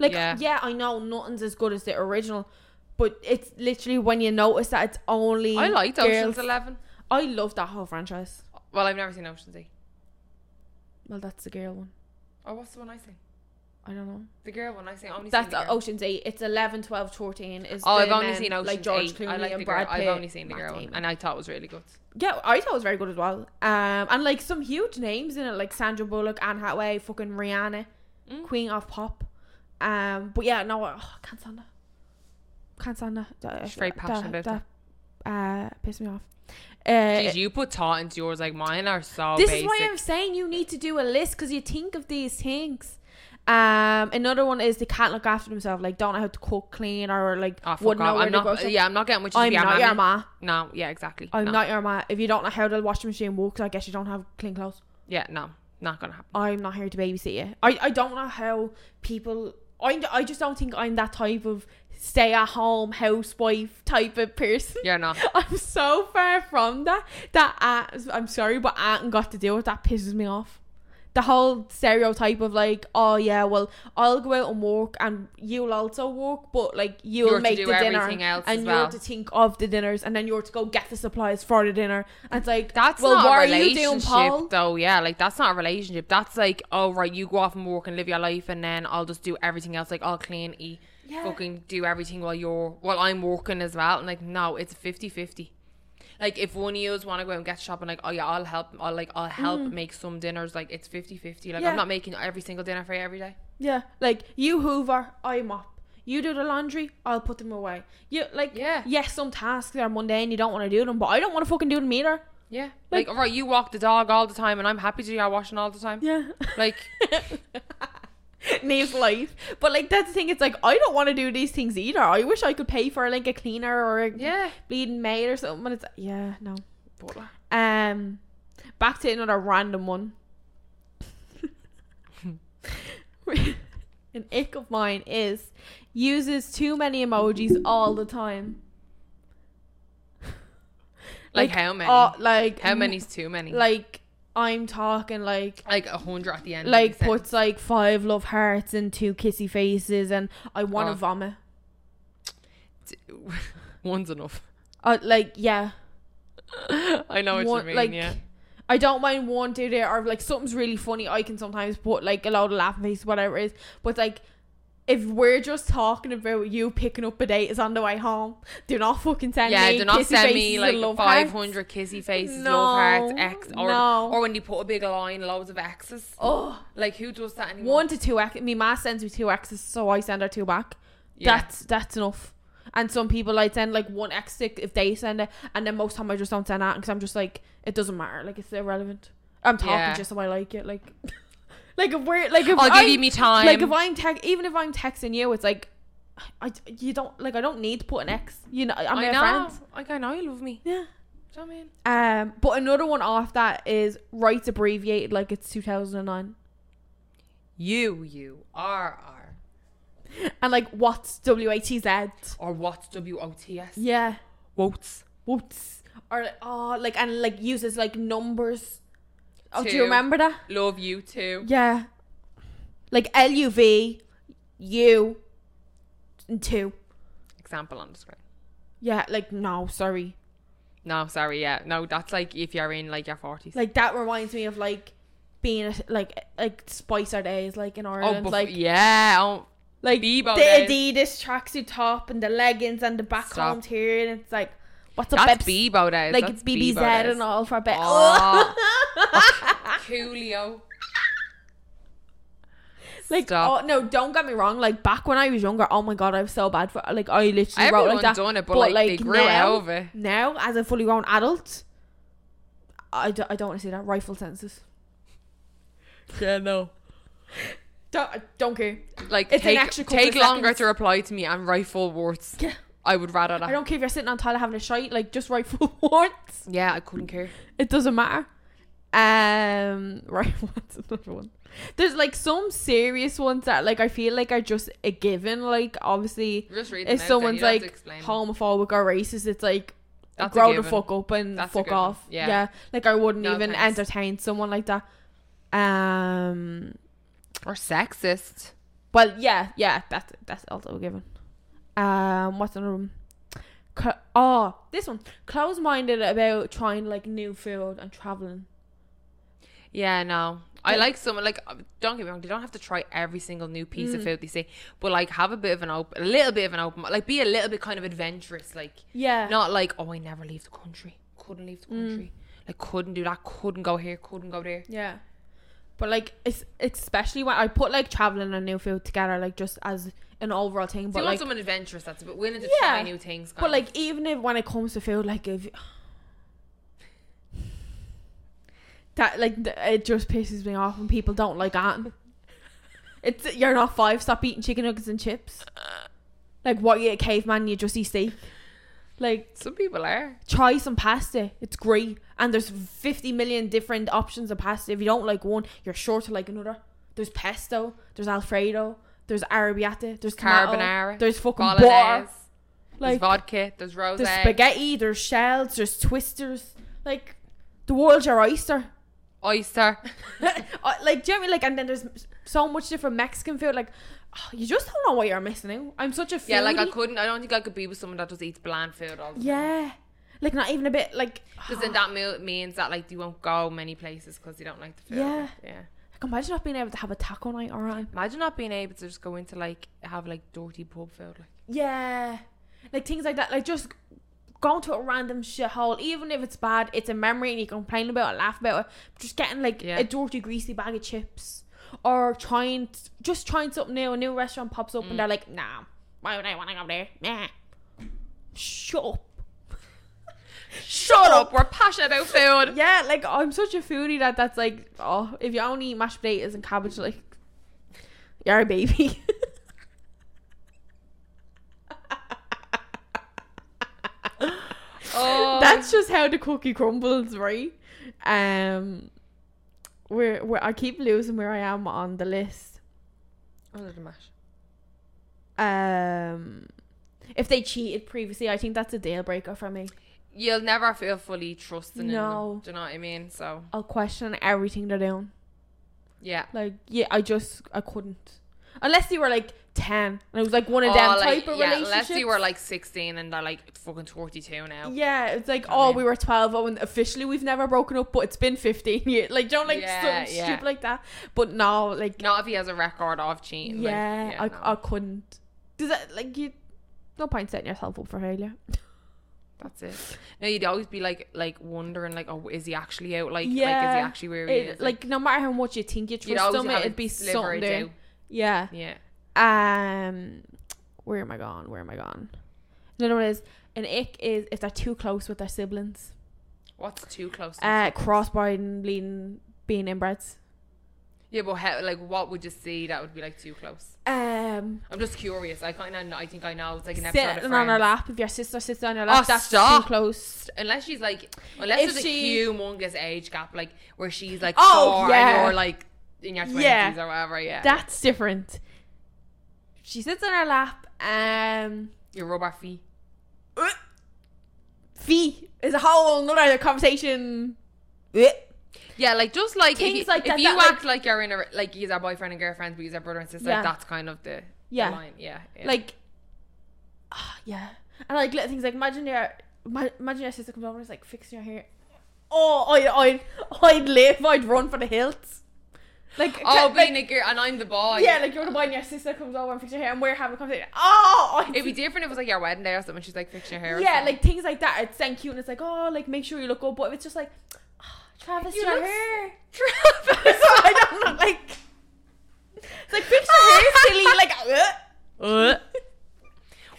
Speaker 2: Like, yeah.
Speaker 1: Yeah.
Speaker 2: I know nothing's as good as the original, but it's literally when you notice that it's only
Speaker 1: I liked
Speaker 2: girls-
Speaker 1: Ocean's Eleven.
Speaker 2: I love that whole franchise.
Speaker 1: Well, I've never seen Ocean's Eight.
Speaker 2: Well, that's the girl one.
Speaker 1: Oh, what's the one I seen?
Speaker 2: I don't know.
Speaker 1: The girl one I seen. I only
Speaker 2: That's
Speaker 1: seen the girl.
Speaker 2: Ocean's Eight. It's 11, 12, 14. Is
Speaker 1: Oh, I've
Speaker 2: the
Speaker 1: only
Speaker 2: men,
Speaker 1: seen Ocean's
Speaker 2: like George
Speaker 1: 8.
Speaker 2: Clooney
Speaker 1: I like
Speaker 2: and
Speaker 1: the girl.
Speaker 2: Brad Pitt.
Speaker 1: I've only seen the
Speaker 2: Matt
Speaker 1: girl one,
Speaker 2: Damon.
Speaker 1: and I thought it was really good.
Speaker 2: yeah, I thought it was very good as well. Um, and like some huge names in it, like Sandra Bullock, Anne Hathaway, fucking Rihanna,
Speaker 1: Mm.
Speaker 2: Queen of Pop. Um, but yeah, no, oh, I can't stand that. Can't stand that. that
Speaker 1: She's very passionate
Speaker 2: that,
Speaker 1: about
Speaker 2: that. Uh, piss me off. Uh,
Speaker 1: Jeez, you put thought into yours like mine are so
Speaker 2: this
Speaker 1: basic.
Speaker 2: is why I'm saying you need to do a list because you think of these things. Um, another one is they can't look after themselves, like don't know how to cook, clean, or like
Speaker 1: Oh, fuck
Speaker 2: wouldn't know
Speaker 1: off.
Speaker 2: where
Speaker 1: I'm
Speaker 2: to go.
Speaker 1: not. Yeah, I'm not getting much.
Speaker 2: I'm not your ma.
Speaker 1: No, yeah, exactly.
Speaker 2: I'm
Speaker 1: no.
Speaker 2: not your ma. If you don't know how the washing machine works, I guess you don't have clean clothes.
Speaker 1: Yeah, no, not gonna happen.
Speaker 2: I'm not here to babysit you. I, I don't know how people. I, I just don't think I'm that type of stay at home housewife type of person.
Speaker 1: You're not.
Speaker 2: (laughs) I'm so far from that. That aunt, I'm sorry, but aunt and got to deal with that pisses me off. The whole stereotype of like, oh yeah, well I'll go out and work and you'll also work, but like you'll
Speaker 1: You're to
Speaker 2: make
Speaker 1: do
Speaker 2: the dinner
Speaker 1: everything else
Speaker 2: and
Speaker 1: as
Speaker 2: you're
Speaker 1: well.
Speaker 2: to think of the dinners and then you're to go get the supplies for the dinner. And it's like
Speaker 1: That's
Speaker 2: well,
Speaker 1: not
Speaker 2: what
Speaker 1: a
Speaker 2: are you
Speaker 1: relationship,
Speaker 2: doing, Paul?
Speaker 1: though. Yeah, like that's not a relationship. That's like, oh right, you go off and work and live your life, and then I'll just do everything else. Like I'll clean, eat,
Speaker 2: Yeah.
Speaker 1: fucking do everything while you're while I'm working as well. And like, no, it's 50-50. Like if one of you want to go out and get shopping, like oh yeah, I'll help. I'll like I'll help make some dinners. Like it's 50-50. Like
Speaker 2: Mm. Yeah.
Speaker 1: I'm not making every single dinner for you every day.
Speaker 2: Yeah, like you hoover, I mop. You do the laundry, I'll put them away. You like
Speaker 1: Yeah.
Speaker 2: yes, some tasks are mundane, you don't want to do them, but I don't want to fucking do them either.
Speaker 1: Yeah, like,
Speaker 2: Like-
Speaker 1: all right, you walk the dog all the time, and I'm happy to do your washing all the time.
Speaker 2: (laughs) Yeah.
Speaker 1: Like
Speaker 2: Nave's life. But like that's the thing, it's like I don't want to do these things either. I wish I could pay for like a cleaner or a
Speaker 1: yeah,
Speaker 2: bleeding maid or something, but it's yeah, no.
Speaker 1: but, like,
Speaker 2: Um back to another random one. (laughs) An ick of mine is uses too many emojis all the time.
Speaker 1: like, how many?
Speaker 2: Oh, like
Speaker 1: how
Speaker 2: m-
Speaker 1: many's too many?
Speaker 2: Like I'm talking like
Speaker 1: like a hundred at the end. of
Speaker 2: like
Speaker 1: the
Speaker 2: puts like five love hearts and two kissy faces, and I want to
Speaker 1: Oh.
Speaker 2: vomit.
Speaker 1: sentence. (laughs) one's enough. (laughs)
Speaker 2: Uh, like yeah,
Speaker 1: I know what
Speaker 2: one-
Speaker 1: you mean.
Speaker 2: like
Speaker 1: yeah.
Speaker 2: I don't mind one day there or if, like something's really funny. I can sometimes put like a loud laughing face, whatever it is. But like, if we're just talking about you picking up a date is on the way home, do not fucking send
Speaker 1: yeah,
Speaker 2: me.
Speaker 1: do not
Speaker 2: kissy
Speaker 1: send
Speaker 2: faces
Speaker 1: me
Speaker 2: and
Speaker 1: like
Speaker 2: love hearts.
Speaker 1: 500 kissy faces, love hearts,
Speaker 2: No,
Speaker 1: X, or,
Speaker 2: no.
Speaker 1: or when you put a big line, loads of X's.
Speaker 2: Oh,
Speaker 1: Like, who does that anymore?
Speaker 2: one to two X. Me ma sends me two X's, so I send her two back.
Speaker 1: Yeah.
Speaker 2: That's that's enough. And some people I send like one X stick if they send it, and then most time I just don't send that because I'm just like it doesn't matter. Like it's irrelevant. I'm talking
Speaker 1: Yeah.
Speaker 2: just so I like it. Like, (laughs) like if we're like if
Speaker 1: I'll
Speaker 2: I'm,
Speaker 1: give you me time.
Speaker 2: like if I'm text even if I'm texting you, it's like I you don't like I don't need to put an X. You know I'm
Speaker 1: I
Speaker 2: your
Speaker 1: know.
Speaker 2: friends.
Speaker 1: Like, I know you love me.
Speaker 2: Yeah.
Speaker 1: Do you know what I mean?
Speaker 2: Um, but another one off that is writes abbreviated like it's 2009,
Speaker 1: You, you, R, R.
Speaker 2: and like what's W A T Z?
Speaker 1: Or what's W O T S?
Speaker 2: Yeah.
Speaker 1: Wots.
Speaker 2: Whoops. Or like, oh, like and like uses like numbers. Oh, do
Speaker 1: Two.
Speaker 2: you remember that?
Speaker 1: Love you too.
Speaker 2: Yeah. Like L U V, U, and two.
Speaker 1: Example on the screen.
Speaker 2: Yeah, like no, sorry.
Speaker 1: No, sorry, yeah. No, that's like if you're in like your 40s.
Speaker 2: Like that reminds me of like being a, like like Spice Our Days like in
Speaker 1: oh,
Speaker 2: Ireland,
Speaker 1: but
Speaker 2: like
Speaker 1: yeah. Oh,
Speaker 2: like
Speaker 1: Bebo
Speaker 2: the
Speaker 1: days.
Speaker 2: Adidas tracksuit top and the leggings and the back
Speaker 1: Stop.
Speaker 2: home here, and it's like what's up,
Speaker 1: that's
Speaker 2: Bebs?
Speaker 1: Bebo days.
Speaker 2: like
Speaker 1: that's
Speaker 2: it's BBZ
Speaker 1: Bebo days.
Speaker 2: and all for a bit. (laughs)
Speaker 1: Oh. Coolio.
Speaker 2: Like
Speaker 1: Stop.
Speaker 2: oh no, don't get me wrong. Like back when I was younger, oh my god, I was so bad for like I literally wrote
Speaker 1: Everyone
Speaker 2: like that.
Speaker 1: done it, but, like, they grew
Speaker 2: now,
Speaker 1: out of it.
Speaker 2: Now, as a fully grown adult, I d- I don't want to say that. Rifle senses.
Speaker 1: Yeah, no.
Speaker 2: Don't I don't care.
Speaker 1: Like
Speaker 2: It's an
Speaker 1: take,
Speaker 2: extra couple
Speaker 1: take
Speaker 2: of
Speaker 1: longer
Speaker 2: seconds.
Speaker 1: to reply to me and rifle words.
Speaker 2: Yeah.
Speaker 1: I would rather that.
Speaker 2: I don't care if you're sitting on toilet having a shite. Like just rifle (laughs) once.
Speaker 1: yeah, I couldn't care.
Speaker 2: It doesn't matter. Um, (laughs) right. What's another one? There's like some serious ones that like I feel like are just a given. Like obviously,
Speaker 1: Just read
Speaker 2: if someone's like homophobic or racist, it's like
Speaker 1: That's a
Speaker 2: grow the
Speaker 1: given.
Speaker 2: fuck up and
Speaker 1: That's a
Speaker 2: fuck
Speaker 1: given.
Speaker 2: off.
Speaker 1: Yeah.
Speaker 2: Yeah. Like I wouldn't
Speaker 1: No,
Speaker 2: even
Speaker 1: thanks.
Speaker 2: entertain someone like that. Um
Speaker 1: or sexist.
Speaker 2: well yeah, yeah, that's that's also a given. Um what's another one? Cl- oh, this one. Close minded about trying like new food and travelling.
Speaker 1: Yeah, no. I
Speaker 2: Yeah.
Speaker 1: like someone like uh, don't get me wrong. They don't have to try every single new piece of food they see, but like have a bit of an open, a little bit of an open, like be a little bit kind of adventurous. Like
Speaker 2: Yeah.
Speaker 1: not like oh, I never leave the country. Couldn't leave the country. Like couldn't do that. Couldn't go here. Couldn't go there.
Speaker 2: Yeah. But like it's especially when I put like travelling and new food together, like just as an overall thing.
Speaker 1: So
Speaker 2: But
Speaker 1: you
Speaker 2: like
Speaker 1: want someone adventurous that's a bit willing to
Speaker 2: Yeah.
Speaker 1: try new things. kind
Speaker 2: But
Speaker 1: of.
Speaker 2: like, even if when it comes to food, like if that, like th- it just pisses me off when people don't like that. It's you're not five. Stop eating chicken nuggets and chips. Like what you a caveman, you just eat steak. Like
Speaker 1: some people are.
Speaker 2: try some pasta. It's great, and there's fifty million different options of pasta. If you don't like one, you're sure to like another. There's pesto. There's alfredo. There's arrabbiata. There's tomato,
Speaker 1: Carbonara,
Speaker 2: There's fucking
Speaker 1: Bolognese.
Speaker 2: butter.
Speaker 1: there's
Speaker 2: Like
Speaker 1: vodka. There's rose.
Speaker 2: there's spaghetti, there's shells, there's twisters. Like, the world's your oyster. (laughs)
Speaker 1: (laughs) oyster.
Speaker 2: Uh, like, do you know what I mean? Like, and then there's so much different Mexican food. Like, oh, you just don't know what you're missing out. I'm such a foodie.
Speaker 1: yeah, like I couldn't. I don't think I could be with someone that just eats bland food all the time.
Speaker 2: Yeah. Like, not even a bit, like...
Speaker 1: Because
Speaker 2: (sighs)
Speaker 1: then that mo- means that like you won't go many places because you don't like the food.
Speaker 2: Yeah.
Speaker 1: Yeah.
Speaker 2: Like, imagine not being able to have a taco night or anything.
Speaker 1: Imagine not being able to just go into like have like dirty pub food. Like
Speaker 2: Yeah. Like, things like that. Like, just going to a random shithole. Even if it's bad, it's a memory and you complain about it, laugh about it. Just getting, like,
Speaker 1: Yeah.
Speaker 2: a dirty, greasy bag of chips. Or trying... Just trying something new. A new restaurant pops
Speaker 1: Mm.
Speaker 2: up and they're like, nah. Why would I want to go there? Nah. Shut up.
Speaker 1: shut up. We're passionate about food.
Speaker 2: (laughs) Yeah, like I'm such a foodie that that's like, oh, if you only eat mashed potatoes and cabbage, like, you're a baby. (laughs)
Speaker 1: Oh,
Speaker 2: that's just how the cookie crumbles, right? Um, where where I keep losing where I am on the list.
Speaker 1: a little mash.
Speaker 2: Um, if they cheated previously, I think that's a deal breaker for me.
Speaker 1: You'll never feel fully trusting. In them,
Speaker 2: No.
Speaker 1: do you know what I mean? So
Speaker 2: I'll question everything they're doing.
Speaker 1: yeah.
Speaker 2: Like, yeah, I just I couldn't. Unless you were like ten and it was like one of
Speaker 1: Oh,
Speaker 2: them
Speaker 1: like,
Speaker 2: type of
Speaker 1: yeah,
Speaker 2: relationships.
Speaker 1: unless you were like 16 and they're like fucking 42 now.
Speaker 2: Yeah, it's like,
Speaker 1: I
Speaker 2: oh,
Speaker 1: mean-
Speaker 2: we were 12, oh, and officially we've never broken up, but it's been 15 years. (laughs) Like, don't like
Speaker 1: Yeah,
Speaker 2: something
Speaker 1: yeah.
Speaker 2: stupid like that. But no, like,
Speaker 1: Not if he has a record of cheating. like,
Speaker 2: yeah,
Speaker 1: yeah,
Speaker 2: I,
Speaker 1: no.
Speaker 2: I couldn't. Does that, like, you, no point setting yourself up for failure.
Speaker 1: That's it. No, you'd always be like, like wondering, like, oh, is he actually out? Like, like, is he
Speaker 2: Yeah.
Speaker 1: actually where he
Speaker 2: It,
Speaker 1: is?
Speaker 2: like, no matter how much you think you
Speaker 1: you'd
Speaker 2: trust
Speaker 1: always
Speaker 2: them,
Speaker 1: have a
Speaker 2: it'd be
Speaker 1: sliver
Speaker 2: something.
Speaker 1: of
Speaker 2: there.
Speaker 1: doubt.
Speaker 2: Yeah.
Speaker 1: Yeah.
Speaker 2: Um, where am I gone? Where am I gone? Another one is an ick is if they're too close with their siblings.
Speaker 1: What's too close? to
Speaker 2: Uh,
Speaker 1: the-
Speaker 2: crossbreeding, bleeding, being inbreds.
Speaker 1: yeah, but how, like, what would you see that would be like too close?
Speaker 2: Um,
Speaker 1: I'm just curious. I kind of, I think I know. It's like an episode of
Speaker 2: sitting on her
Speaker 1: Friends.
Speaker 2: lap. If your sister sits on your lap,
Speaker 1: Oh,
Speaker 2: that's
Speaker 1: stop.
Speaker 2: too close.
Speaker 1: Unless she's like, unless
Speaker 2: If
Speaker 1: there's
Speaker 2: she-
Speaker 1: a humongous age gap, like where she's like
Speaker 2: Oh,
Speaker 1: four
Speaker 2: yeah.
Speaker 1: and you're like in your twenties
Speaker 2: Yeah.
Speaker 1: or whatever. Yeah,
Speaker 2: That's different. She sits on her lap. Um,
Speaker 1: you rub our feet.
Speaker 2: fee is a whole another conversation. Ugh.
Speaker 1: Yeah, like just like
Speaker 2: Things
Speaker 1: if, you-
Speaker 2: like
Speaker 1: if
Speaker 2: that-
Speaker 1: you
Speaker 2: that, like-
Speaker 1: act like, you're in a re- like he's our boyfriend and girlfriend, but he's our brother and sister.
Speaker 2: Yeah.
Speaker 1: Like, that's kind of the, the
Speaker 2: Yeah.
Speaker 1: line. Yeah, yeah.
Speaker 2: Like, ah, yeah, and like little things like imagine your ma- imagine your sister comes over and is like fixing your hair. Oh, I, I'd I'd live. I'd run for the hills. Like
Speaker 1: oh,
Speaker 2: like,
Speaker 1: being a girl and I'm the boy.
Speaker 2: yeah, like you're the boy and your sister comes over and fixes your hair, and we're having a conversation. Oh, I'd
Speaker 1: It'd be different if it was like your wedding day or something. She's like fixing your hair. or
Speaker 2: yeah,
Speaker 1: something.
Speaker 2: like things like that. It's then cute, and it's like, oh, like make sure you look up. But if it's just like, (sighs) "Ah, Travis,
Speaker 1: You
Speaker 2: your
Speaker 1: look s-
Speaker 2: hair, (laughs) Travis. (laughs) I don't know, like, it's like fix
Speaker 1: (laughs)
Speaker 2: your hair, silly. Like, uh.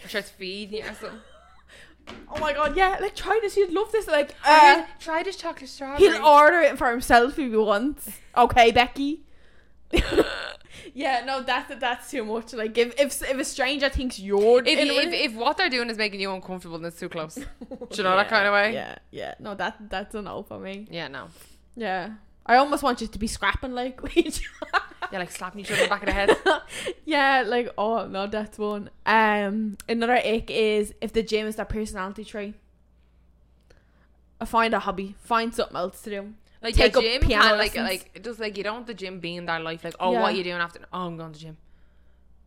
Speaker 1: or she's feeding you or something.
Speaker 2: oh my god, yeah, like try this. You'd love this. Like,
Speaker 1: Here's-
Speaker 2: uh,
Speaker 1: try this chocolate strawberry.
Speaker 2: he'll order it for himself if he wants. Okay,
Speaker 1: (laughs)
Speaker 2: Becky. yeah, no, that's that's too much. Like, if if if a stranger thinks you're
Speaker 1: if,
Speaker 2: in a
Speaker 1: you-
Speaker 2: rela-
Speaker 1: if, if what they're doing is making you uncomfortable, then it's too
Speaker 2: (laughs)
Speaker 1: close. Do you know that kind of way?
Speaker 2: Yeah, yeah. No, that that's an no for me.
Speaker 1: Yeah, no.
Speaker 2: Yeah. I almost want you to be scrapping like (laughs) we do.
Speaker 1: Yeah, like slapping each other in the back of the
Speaker 2: (laughs)
Speaker 1: head.
Speaker 2: Yeah, like oh no, that's one. Um another ick is if the gym is their personality trait. I find a hobby. Find something else to do.
Speaker 1: Like
Speaker 2: Take
Speaker 1: your
Speaker 2: up
Speaker 1: gym
Speaker 2: piano
Speaker 1: can like
Speaker 2: lessons.
Speaker 1: like just like you don't want the gym being their life. Like oh,
Speaker 2: Yeah.
Speaker 1: what are you doing after? Oh, I'm going to the gym.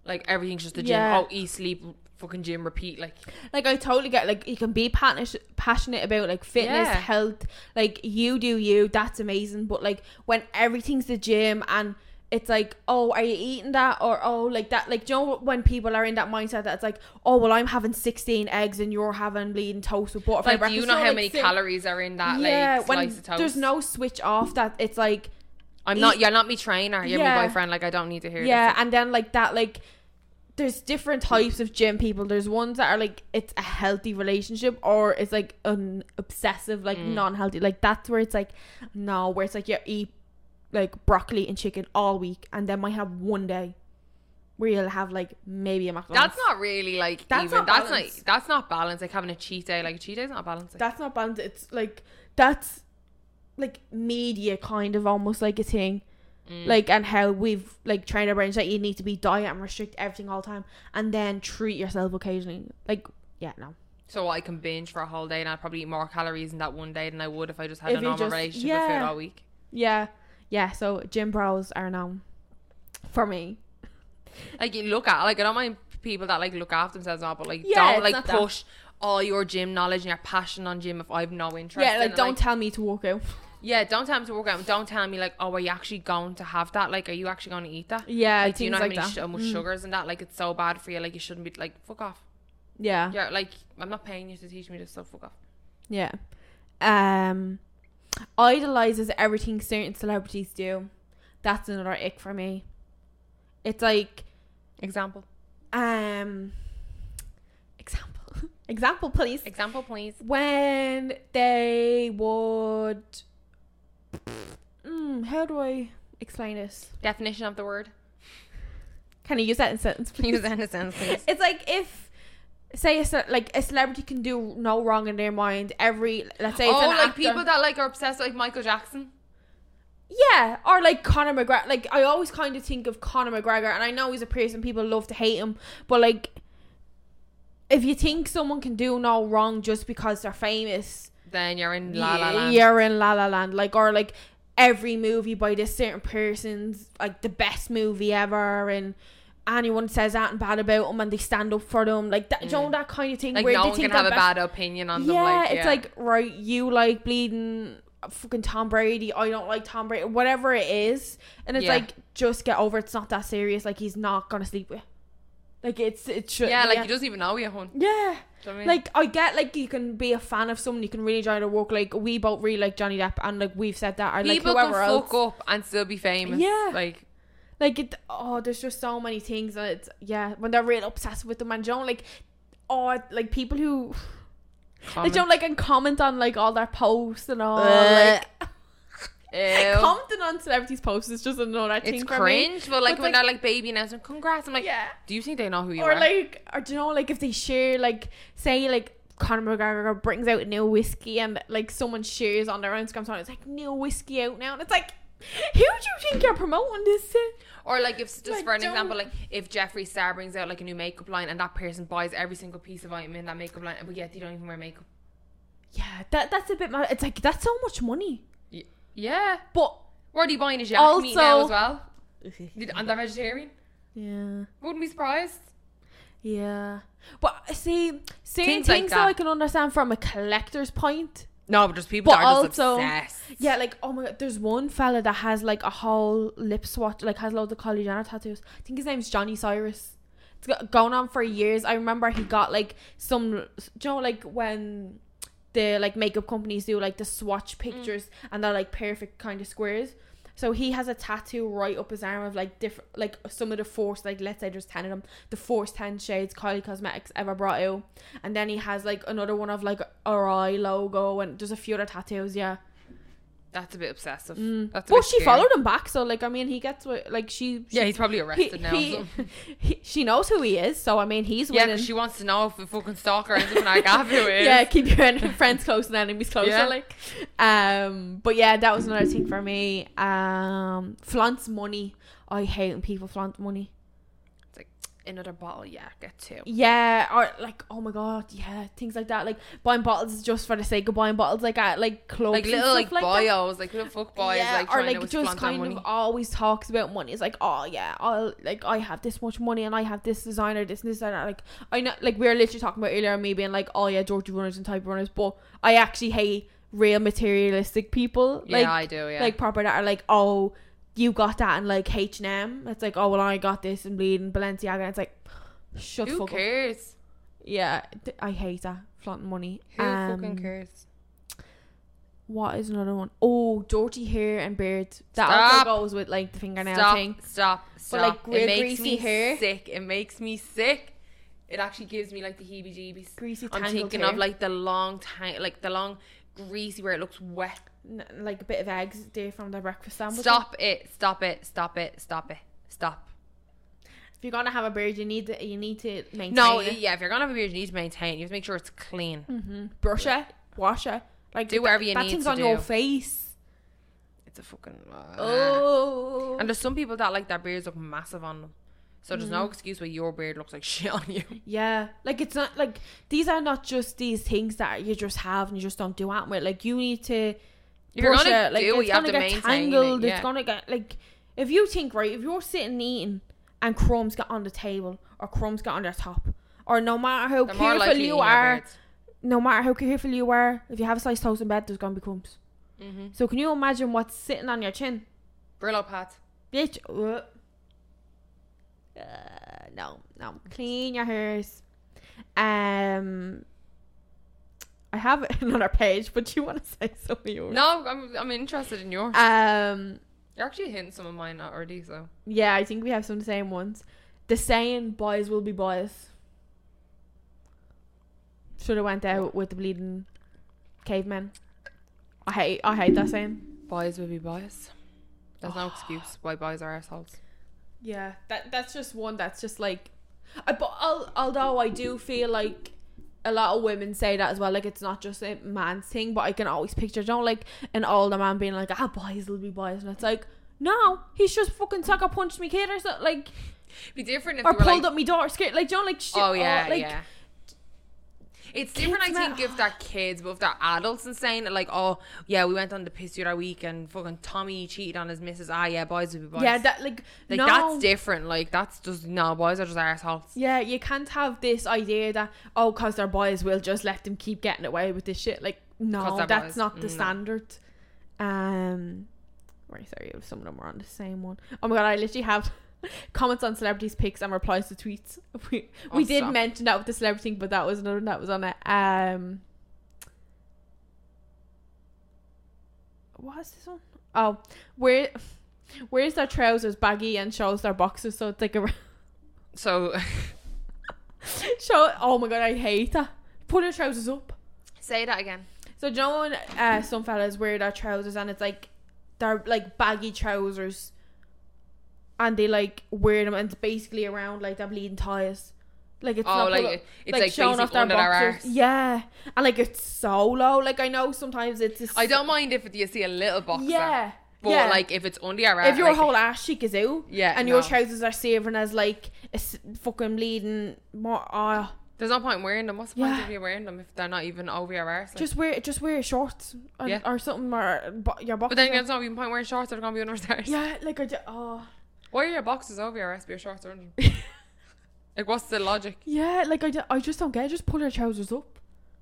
Speaker 1: Like everything's just the gym.
Speaker 2: Yeah.
Speaker 1: Oh, eat, sleep, fucking gym, repeat. Like
Speaker 2: Like I totally get like you can be patnish- passionate about like fitness,
Speaker 1: Yeah.
Speaker 2: health, like you do you, that's amazing. But like when everything's the gym and it's like, oh, are you eating that or oh, like that? Like, do you know when people are in that mindset that it's like, oh, well, I'm having 16 eggs and you're having bleeding toast with butter. for
Speaker 1: like do you
Speaker 2: breakfast.
Speaker 1: know
Speaker 2: No,
Speaker 1: how
Speaker 2: like,
Speaker 1: many
Speaker 2: sim-
Speaker 1: calories are in that like slice of toast?
Speaker 2: there's no switch off that it's like
Speaker 1: I'm not.
Speaker 2: eat-
Speaker 1: You're not my trainer. You're my
Speaker 2: Yeah.
Speaker 1: boyfriend. Like I don't need to hear.
Speaker 2: yeah and then like that like there's different types of gym people there's ones that are like it's a healthy relationship or it's like an obsessive like
Speaker 1: Mm.
Speaker 2: non-healthy like that's where it's like no where it's like you eat like broccoli and chicken all week and then might have one day where you'll have like maybe a
Speaker 1: This. That's
Speaker 2: McDonald's
Speaker 1: not really like
Speaker 2: That's
Speaker 1: even.
Speaker 2: not
Speaker 1: that's
Speaker 2: balance.
Speaker 1: not. That's not balanced. Like having a cheat day. Like a cheat day's not balanced. Like,
Speaker 2: that's not balanced it's like that's like media kind of almost like a thing
Speaker 1: Mm.
Speaker 2: like and how we've like trained our brains that you need to be diet and restrict everything all the time and then treat yourself occasionally like yeah no
Speaker 1: so I can binge for a whole day and I'd probably eat more calories in that one day than I would if I just had
Speaker 2: If
Speaker 1: a
Speaker 2: you
Speaker 1: normal
Speaker 2: just-
Speaker 1: relationship with
Speaker 2: yeah.
Speaker 1: food all week.
Speaker 2: yeah yeah so gym bros are now for me
Speaker 1: Like you look at like I don't mind people that like look after themselves and all, but like
Speaker 2: Yeah,
Speaker 1: don't
Speaker 2: it's
Speaker 1: like
Speaker 2: not that.
Speaker 1: push all your gym knowledge and your passion on gym if I've no interest.
Speaker 2: yeah
Speaker 1: in
Speaker 2: like
Speaker 1: it.
Speaker 2: don't tell me to
Speaker 1: (laughs)
Speaker 2: walk out
Speaker 1: yeah, don't tell me to work out. and Don't tell me like, oh, are you actually going to have that? Like, are you actually going to eat that?
Speaker 2: yeah
Speaker 1: Like, do you
Speaker 2: things
Speaker 1: know how
Speaker 2: like
Speaker 1: many
Speaker 2: that Mm.
Speaker 1: sh- how much sugars in that? Like, it's so bad for you. Like, you shouldn't be like, fuck off.
Speaker 2: yeah
Speaker 1: Yeah, like I'm not paying you to teach me this, so fuck off.
Speaker 2: yeah um idolizes everything certain celebrities do that's another ick for me it's like
Speaker 1: Example,
Speaker 2: um example
Speaker 1: (laughs)
Speaker 2: example please
Speaker 1: example, please.
Speaker 2: when they would mm, how do i explain this
Speaker 1: Definition of the word.
Speaker 2: can i (laughs) use that in a sentence please?
Speaker 1: Use that in a sentence, please.
Speaker 2: it's like if say a, ce- like a celebrity can do no wrong in their mind every let's say it's
Speaker 1: oh,
Speaker 2: an
Speaker 1: like
Speaker 2: actor.
Speaker 1: people that like are obsessed with like Michael Jackson.
Speaker 2: yeah or like conor mcgregor like i always kind of think of conor mcgregor and i know he's a person people love to hate him but like if you think someone can do no wrong just because they're famous
Speaker 1: Then you're in La La
Speaker 2: y-
Speaker 1: Land.
Speaker 2: You're in La La Land, like or like every movie by this certain person's like the best movie ever, and anyone says that and bad about them and they stand up for them like that you know that kind of thing
Speaker 1: Mm. Like
Speaker 2: where
Speaker 1: no
Speaker 2: they
Speaker 1: one
Speaker 2: think
Speaker 1: can have
Speaker 2: they're
Speaker 1: a
Speaker 2: best-
Speaker 1: bad opinion on them.
Speaker 2: yeah,
Speaker 1: like,
Speaker 2: it's like right, you like bleeding fucking Tom Brady. I don't like Tom Brady. Whatever it is, and it's
Speaker 1: Yeah.
Speaker 2: like just get over. it. It's not that serious. Like he's not gonna sleep with. Like it's it should.
Speaker 1: yeah, like he doesn't even know you, hon.
Speaker 2: Yeah,
Speaker 1: Do you know what I mean?
Speaker 2: like I get like you can be a fan of someone, you can really enjoy their work. Like we both really like Johnny Depp, and like we've said that, or like
Speaker 1: people
Speaker 2: whoever
Speaker 1: can
Speaker 2: else.
Speaker 1: fuck up and still be famous.
Speaker 2: Yeah.
Speaker 1: like
Speaker 2: Like it. Oh, there's just so many things, and it's yeah. When they're real obsessed with them, and don't like, oh, like people who they
Speaker 1: common.
Speaker 2: don't like and comment on like all their posts and all.
Speaker 1: Bleh.
Speaker 2: Like,
Speaker 1: Ew.
Speaker 2: (laughs) Commenting on celebrities' posts is just another
Speaker 1: It's
Speaker 2: thing for me.
Speaker 1: cringe, but like
Speaker 2: But,
Speaker 1: when
Speaker 2: like-
Speaker 1: they're like baby announcement, congrats. I'm like,
Speaker 2: Yeah.
Speaker 1: do you think they know who you
Speaker 2: Or
Speaker 1: are?
Speaker 2: like, or do you know, like if they share, like, say, like Conor McGregor brings out a new whiskey and like someone shares on their Instagram story, it's like new whiskey out now, and it's like, who do you think you're promoting this to?
Speaker 1: Or like if just
Speaker 2: Like,
Speaker 1: for an
Speaker 2: don't-
Speaker 1: example, like if Jeffree Star brings out like a new makeup line and that person buys every single piece of item in that makeup line, but yet they don't even wear makeup.
Speaker 2: Yeah, that that's a bit mad. It's like that's so much money,
Speaker 1: Yeah,
Speaker 2: but
Speaker 1: (laughs) where are you buying his yak
Speaker 2: Also-
Speaker 1: meat now as well? Did- And they're vegetarian.
Speaker 2: yeah.
Speaker 1: Wouldn't be surprised.
Speaker 2: Yeah, but see, certain
Speaker 1: Things
Speaker 2: things,
Speaker 1: like
Speaker 2: that I
Speaker 1: that.
Speaker 2: can understand from a collector's point,
Speaker 1: No, but just people
Speaker 2: But
Speaker 1: that are just
Speaker 2: also-
Speaker 1: obsessed.
Speaker 2: Yeah, like oh my god, there's one fella that has like a whole lip swatch, like has loads of Kylie Jenner tattoos. I think his name's Johnny Cyrus. It's go- going on for years. I remember he got like some, do you know, like when the like makeup companies do like the swatch pictures and they're like perfect kind of squares. So he has a tattoo right up his arm of like different, like some of the force, like let's say there's ten of them, the force ten shades Kylie Cosmetics ever brought out, and then he has like another one of like RI logo and just a few other tattoos. Yeah.
Speaker 1: that's a bit obsessive.
Speaker 2: Mm.
Speaker 1: That's a
Speaker 2: Well,
Speaker 1: bit
Speaker 2: she
Speaker 1: scary.
Speaker 2: followed him back, so like I mean, he gets what like she.
Speaker 1: Yeah,
Speaker 2: she-
Speaker 1: he's probably arrested now. or
Speaker 2: he-
Speaker 1: something.
Speaker 2: (laughs) he- she knows who he is, so I mean, he's
Speaker 1: yeah,
Speaker 2: winning.
Speaker 1: because she wants to know if we fucking stalker and something like that. Who it is?
Speaker 2: yeah, keep your en- (laughs) friends close and enemies closer.
Speaker 1: Yeah.
Speaker 2: Like, um, but yeah, that was another thing for me. Um, flaunts money. I hate when people flaunt money.
Speaker 1: another bottle. Yeah, get two.
Speaker 2: Yeah, or like, oh my god, yeah, things like that. Like buying bottles just for the sake of buying bottles, like at like clubs,
Speaker 1: Like
Speaker 2: and
Speaker 1: little like,
Speaker 2: stuff like that.
Speaker 1: bios, like little fuck bios, like
Speaker 2: or
Speaker 1: trying to
Speaker 2: like just
Speaker 1: flaunt their
Speaker 2: kind
Speaker 1: money.
Speaker 2: of always talks about money. It's like, oh yeah, I'll like I have this much money and I have this designer, this and this and that. Like I know, like we were literally talking about earlier, me being like, oh yeah, Georgie runners and type runners, but I actually hate real materialistic people.
Speaker 1: yeah,
Speaker 2: like
Speaker 1: I do. Yeah,
Speaker 2: like proper that are like, oh, you got that and like H and M. It's like, oh well, I got this and bleed and Balenciaga. And it's like, shut the
Speaker 1: who
Speaker 2: fuck up.
Speaker 1: cares?
Speaker 2: Yeah, th- I hate that flaunting money.
Speaker 1: Who
Speaker 2: Um,
Speaker 1: fucking cares?
Speaker 2: what is another one? Oh, dirty hair and beard. That
Speaker 1: Stop.
Speaker 2: also goes with like the fingernail
Speaker 1: Stop!
Speaker 2: thing.
Speaker 1: Stop! Stop!
Speaker 2: like, real
Speaker 1: it makes
Speaker 2: greasy
Speaker 1: me
Speaker 2: hair.
Speaker 1: sick. It makes me sick. It actually gives me like the heebie-jeebies.
Speaker 2: Greasy
Speaker 1: I'm
Speaker 2: tangled
Speaker 1: thinking
Speaker 2: hair.
Speaker 1: of like the long time, like the long greasy where it looks wet.
Speaker 2: N- like a bit of eggs there from the breakfast sandwich.
Speaker 1: Stop it! Stop it! Stop it! Stop it! Stop.
Speaker 2: If you're gonna have a beard, you need to, you need to maintain.
Speaker 1: No,
Speaker 2: it.
Speaker 1: yeah. If you're gonna have a beard, you need to maintain. it. You have to make sure it's clean.
Speaker 2: brush it, wash it. Like
Speaker 1: Do whatever you
Speaker 2: that
Speaker 1: need
Speaker 2: thing's
Speaker 1: to
Speaker 2: on your
Speaker 1: do.
Speaker 2: face.
Speaker 1: It's a fucking.
Speaker 2: Oh,
Speaker 1: And there's some people that like their beards look massive on them. So there's
Speaker 2: Mm.
Speaker 1: no excuse why your beard looks like (laughs) shit on you.
Speaker 2: yeah. Like it's not like these are not just these things that you just have and you just don't do anything with. Like you need to
Speaker 1: If you're
Speaker 2: brush
Speaker 1: gonna
Speaker 2: it. Like
Speaker 1: do it,
Speaker 2: it's
Speaker 1: you have to
Speaker 2: gonna get
Speaker 1: maintain it,
Speaker 2: tangled.
Speaker 1: yeah.
Speaker 2: It's gonna get like if you think right, if you're sitting eating and crumbs get on the table or crumbs get on their top. Or no matter how
Speaker 1: They're more
Speaker 2: careful
Speaker 1: likely
Speaker 2: you
Speaker 1: in your
Speaker 2: are,
Speaker 1: beards.
Speaker 2: no matter how careful you are, if you have a sliced toast in bed, there's gonna be crumbs.
Speaker 1: Mhm.
Speaker 2: So can you imagine what's sitting on your chin?
Speaker 1: Brillo pads.
Speaker 2: Bitch. Uh, Uh, no, no. Clean your hairs. Um, I have (laughs) another page, but you want to say some of yours?
Speaker 1: No, I'm, I'm interested in yours.
Speaker 2: Um,
Speaker 1: You're actually hitting some of mine already, so.
Speaker 2: yeah, I think we have some same ones. The saying "boys will be boys" should have went out with the bleeding cavemen. I hate, I hate that saying.
Speaker 1: Boys will be boys. There's
Speaker 2: (sighs)
Speaker 1: no excuse why boys are assholes.
Speaker 2: Yeah, that that's just one that's just like, I, but al- although I do feel like a lot of women say that as well, like it's not just a man's thing, but I can always picture, don't like an older man being like, ah, boys will be boys, and it's like, no, he's just fucking sucker punched me kid or something, like,
Speaker 1: Be different if
Speaker 2: or
Speaker 1: you were
Speaker 2: pulled
Speaker 1: like,
Speaker 2: Oh, up me daughter's skirt, like, don't like shit,
Speaker 1: oh yeah,
Speaker 2: like,
Speaker 1: yeah. It's different, I
Speaker 2: Kids, man.
Speaker 1: think, if they're kids, but if they're adults and saying that, like, oh, yeah, we went on the piss the other week and fucking Tommy cheated on his missus. Ah, yeah, boys will be boys.
Speaker 2: Yeah, that like,
Speaker 1: like,
Speaker 2: no.
Speaker 1: that's different. Like, that's just, no, boys are just arseholes.
Speaker 2: yeah, you can't have this idea that oh, cause they're boys, we'll just let them keep getting away with this shit. Like,
Speaker 1: 'Cause
Speaker 2: no,
Speaker 1: they're
Speaker 2: that's
Speaker 1: boys. Mm.
Speaker 2: not the
Speaker 1: No.
Speaker 2: standard. Um, right, sorry, if some of them were on the same one. Oh my god, I literally have (laughs) comments on celebrities' pics and replies to tweets. (laughs) We we
Speaker 1: Oh,
Speaker 2: did
Speaker 1: stop.
Speaker 2: mention that with the celebrity thing, but that was another one that was on it. Um, what's this one? Oh, where where's their trousers baggy and shows their boxes, so it's like a (laughs)
Speaker 1: So, (laughs)
Speaker 2: Show. Oh my god, I hate that. Pull your trousers up.
Speaker 1: say that again.
Speaker 2: So do you know when uh, some fellas wear their trousers and it's like they're like baggy trousers, and they like wear them and it's basically around like their bleeding thighs. Like it's
Speaker 1: Oh,
Speaker 2: not
Speaker 1: like,
Speaker 2: pull up-
Speaker 1: it's like,
Speaker 2: showing
Speaker 1: basically
Speaker 2: off their
Speaker 1: under their arse.
Speaker 2: boxers. Yeah, and like it's so low. Like I know sometimes it's. Just,
Speaker 1: I don't mind if you see a little boxer.
Speaker 2: Yeah.
Speaker 1: But,
Speaker 2: yeah.
Speaker 1: like, if it's under your arse.
Speaker 2: if your
Speaker 1: like,
Speaker 2: whole ass cheek is out,
Speaker 1: Yeah,
Speaker 2: and your
Speaker 1: no.
Speaker 2: trousers are serving as like a s- fucking bleeding, more, uh,
Speaker 1: There's no point in wearing them. What's the point
Speaker 2: Yeah.
Speaker 1: of you wearing them if they're not even over your arse? Like,
Speaker 2: Just wear just wear shorts or,
Speaker 1: Yeah.
Speaker 2: or something or bo- your boxers.
Speaker 1: but then
Speaker 2: or-
Speaker 1: again, there's not even point wearing shorts if they're going to be under your arse.
Speaker 2: yeah, like I ju- oh
Speaker 1: Why are your boxes over your arse but your shorts are under
Speaker 2: (laughs)
Speaker 1: them? Like, what's the logic?
Speaker 2: yeah, like I, ju- I just don't get. it. Just pull your trousers up.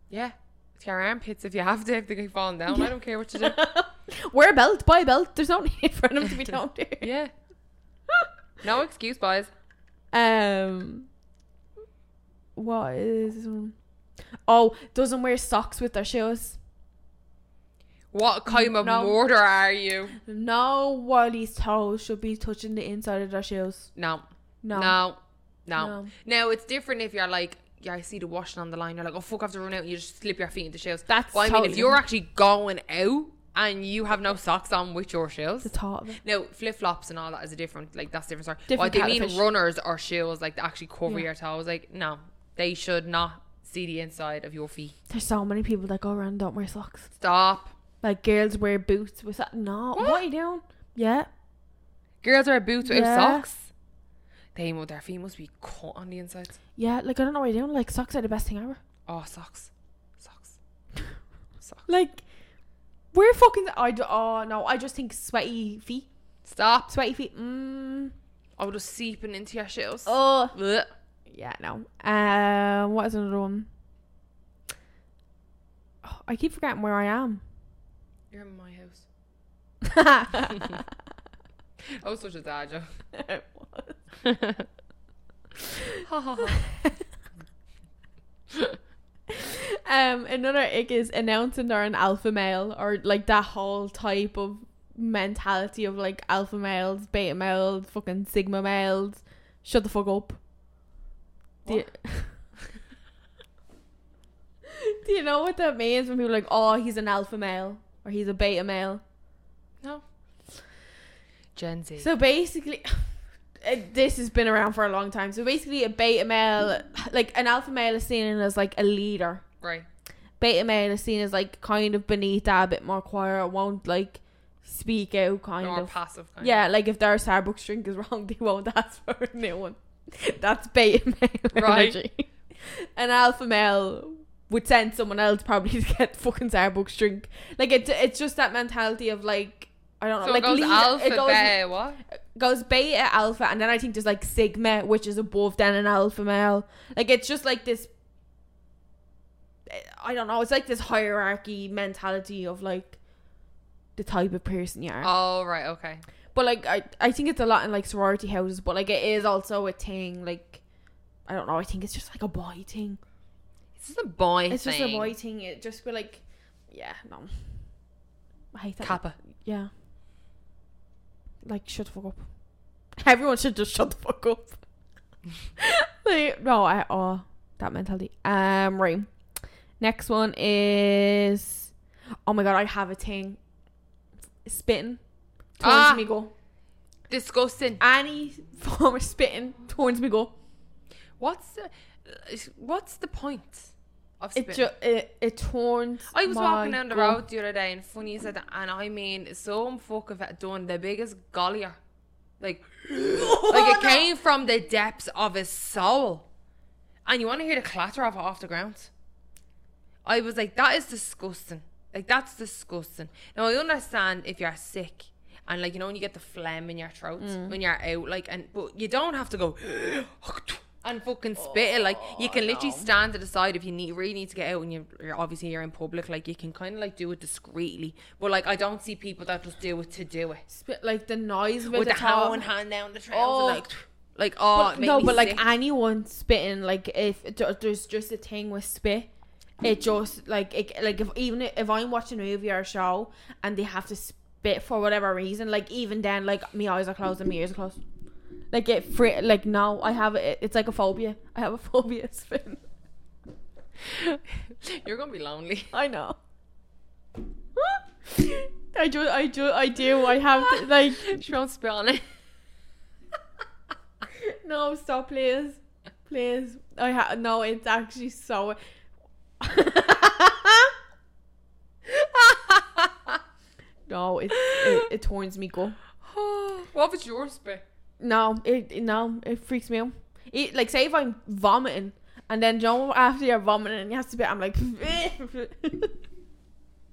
Speaker 1: Yeah. It's your armpits if you have to, if they keep falling down. I don't care what you do.
Speaker 2: wear a belt, buy a belt. There's no need (laughs) for them
Speaker 1: (laughs)
Speaker 2: to be down there.
Speaker 1: yeah. No excuse, boys.
Speaker 2: Um, what is this one? Oh, doesn't wear socks with their shoes.
Speaker 1: What kind of
Speaker 2: No.
Speaker 1: mortar are you?
Speaker 2: No, Wally's toes should be touching the inside of their shoes.
Speaker 1: No. No.
Speaker 2: No,
Speaker 1: No. No.
Speaker 2: No.
Speaker 1: Now, it's different if you're like, yeah, I see the washing on the line. You're like, oh, fuck, I have to run out. And you just slip your feet into shoes.
Speaker 2: That's
Speaker 1: Well, I mean, if
Speaker 2: totally-
Speaker 1: you're actually going out and you have no socks on with your shoes,
Speaker 2: the top of it.
Speaker 1: No, flip flops and all that is a different like that's different story.
Speaker 2: Different
Speaker 1: what they
Speaker 2: kettle of
Speaker 1: mean
Speaker 2: fish.
Speaker 1: runners or shoes like that actually cover
Speaker 2: Yeah.
Speaker 1: your toes. Like no, they should not see the inside of your feet.
Speaker 2: There's so many people that go around and don't wear socks.
Speaker 1: Stop.
Speaker 2: Like girls wear boots with that. No, what,
Speaker 1: What?
Speaker 2: are you doing? Yeah,
Speaker 1: Girls wear boots without
Speaker 2: Yeah.
Speaker 1: socks. They mu- their feet must be cut on the insides.
Speaker 2: yeah. Like I don't know what you're doing. Like socks are the best thing ever.
Speaker 1: Oh, socks, socks, socks.
Speaker 2: Like we're fucking. I d- oh no, I just think sweaty feet,
Speaker 1: Stop.
Speaker 2: sweaty feet. Mm.
Speaker 1: Oh, just seeping into your shoes.
Speaker 2: Oh
Speaker 1: Blech.
Speaker 2: yeah, no. Um, what is another one? Oh, I keep forgetting where I am. (laughs)
Speaker 1: You're in my house. Oh, such a dad joke.
Speaker 2: (laughs)
Speaker 1: Ha, (laughs) ha, ha.
Speaker 2: um, another ick is announcing they're an alpha male or like that whole type of mentality of like alpha males, beta males, fucking sigma males. Shut the fuck up. Do you, (laughs) Do you know what that means when people are like, oh, he's an alpha male or he's a beta male?
Speaker 1: no. Gen Z.
Speaker 2: So basically, (laughs) uh, this has been around for a long time. So basically, a beta male, like an alpha male, is seen as like a leader.
Speaker 1: right.
Speaker 2: Beta male is seen as like kind of beneath that, a bit more quiet, won't like speak out, kind
Speaker 1: More
Speaker 2: of.
Speaker 1: passive kind.
Speaker 2: yeah, like if their Starbucks drink is (laughs) wrong, they won't ask for a new one. (laughs) That's beta male
Speaker 1: Right.
Speaker 2: energy. An alpha male would send someone else probably (laughs) to get fucking Starbucks drink. Like it, it's just that mentality of like I don't know,
Speaker 1: So
Speaker 2: like
Speaker 1: it goes
Speaker 2: lead-
Speaker 1: alpha,
Speaker 2: it goes-
Speaker 1: beta, what?
Speaker 2: goes beta alpha and then i think there's like sigma which is above then an alpha male like it's just like this eh, i don't know it's like this hierarchy mentality of like the type of person you are
Speaker 1: Oh right, okay.
Speaker 2: but like I, I think it's a lot in like sorority houses but like it is also a thing like i don't know i think it's just like a boy thing
Speaker 1: It's just a boy
Speaker 2: it's
Speaker 1: thing.
Speaker 2: just a boy thing it just be like yeah no i hate that
Speaker 1: Kappa.
Speaker 2: yeah. Like, shut the fuck up. (laughs) Everyone should just shut the fuck up. (laughs) like, no, I oh that mentality. Um, right. Next one is oh my god, I have a thing. Spitting turns
Speaker 1: Ah.
Speaker 2: me go.
Speaker 1: Disgusting.
Speaker 2: Any (laughs) form of spitting turns me go.
Speaker 1: What's the what's the point of
Speaker 2: It
Speaker 1: spitting?
Speaker 2: just it, it turns.
Speaker 1: I was
Speaker 2: my
Speaker 1: walking down the
Speaker 2: go.
Speaker 1: road the other day and funny said that and I mean some fuck of it done the biggest gollier. Like like it
Speaker 2: no.
Speaker 1: came from the depths of his soul. And you wanna hear the clatter of it off the ground? I was like, that is disgusting. Like that's disgusting. Now I understand if you're sick and like you know when you get the phlegm in your throat when you're out, like and but you don't have to go (gasps) and fucking spit it. Like you can literally stand to the side if you need really need to get out and you- you're obviously you're in public. Like you can kind of like do it discreetly, but like I don't see people that just do it to do it
Speaker 2: Spit like the noise with,
Speaker 1: with
Speaker 2: the,
Speaker 1: the
Speaker 2: towel.
Speaker 1: hoe and hand down the trousers,
Speaker 2: Oh.
Speaker 1: like like oh it made
Speaker 2: no,
Speaker 1: me
Speaker 2: but
Speaker 1: sick.
Speaker 2: like anyone spitting, like if th- there's just a thing with spit, it just like it like if even if I'm watching a movie or a show and they have to spit for whatever reason, like even then, like my eyes are closed and my ears are closed. Like it, fr- like no, I have it. It's like a phobia. I have a (laughs) phobia of spitting.
Speaker 1: (laughs)
Speaker 2: (laughs)
Speaker 1: you're gonna be lonely.
Speaker 2: I know. (laughs) I do. I do. I do. I have to, like.
Speaker 1: She won't spit on it.
Speaker 2: (laughs) No, stop, please, please. I ha- no. It's actually so. no, it, it it turns me go.
Speaker 1: (laughs) what was your spit?
Speaker 2: No, it, it- no, it freaks me out. It, like say if I'm vomiting and then you know after you're vomiting and you have to be, I'm like. (laughs)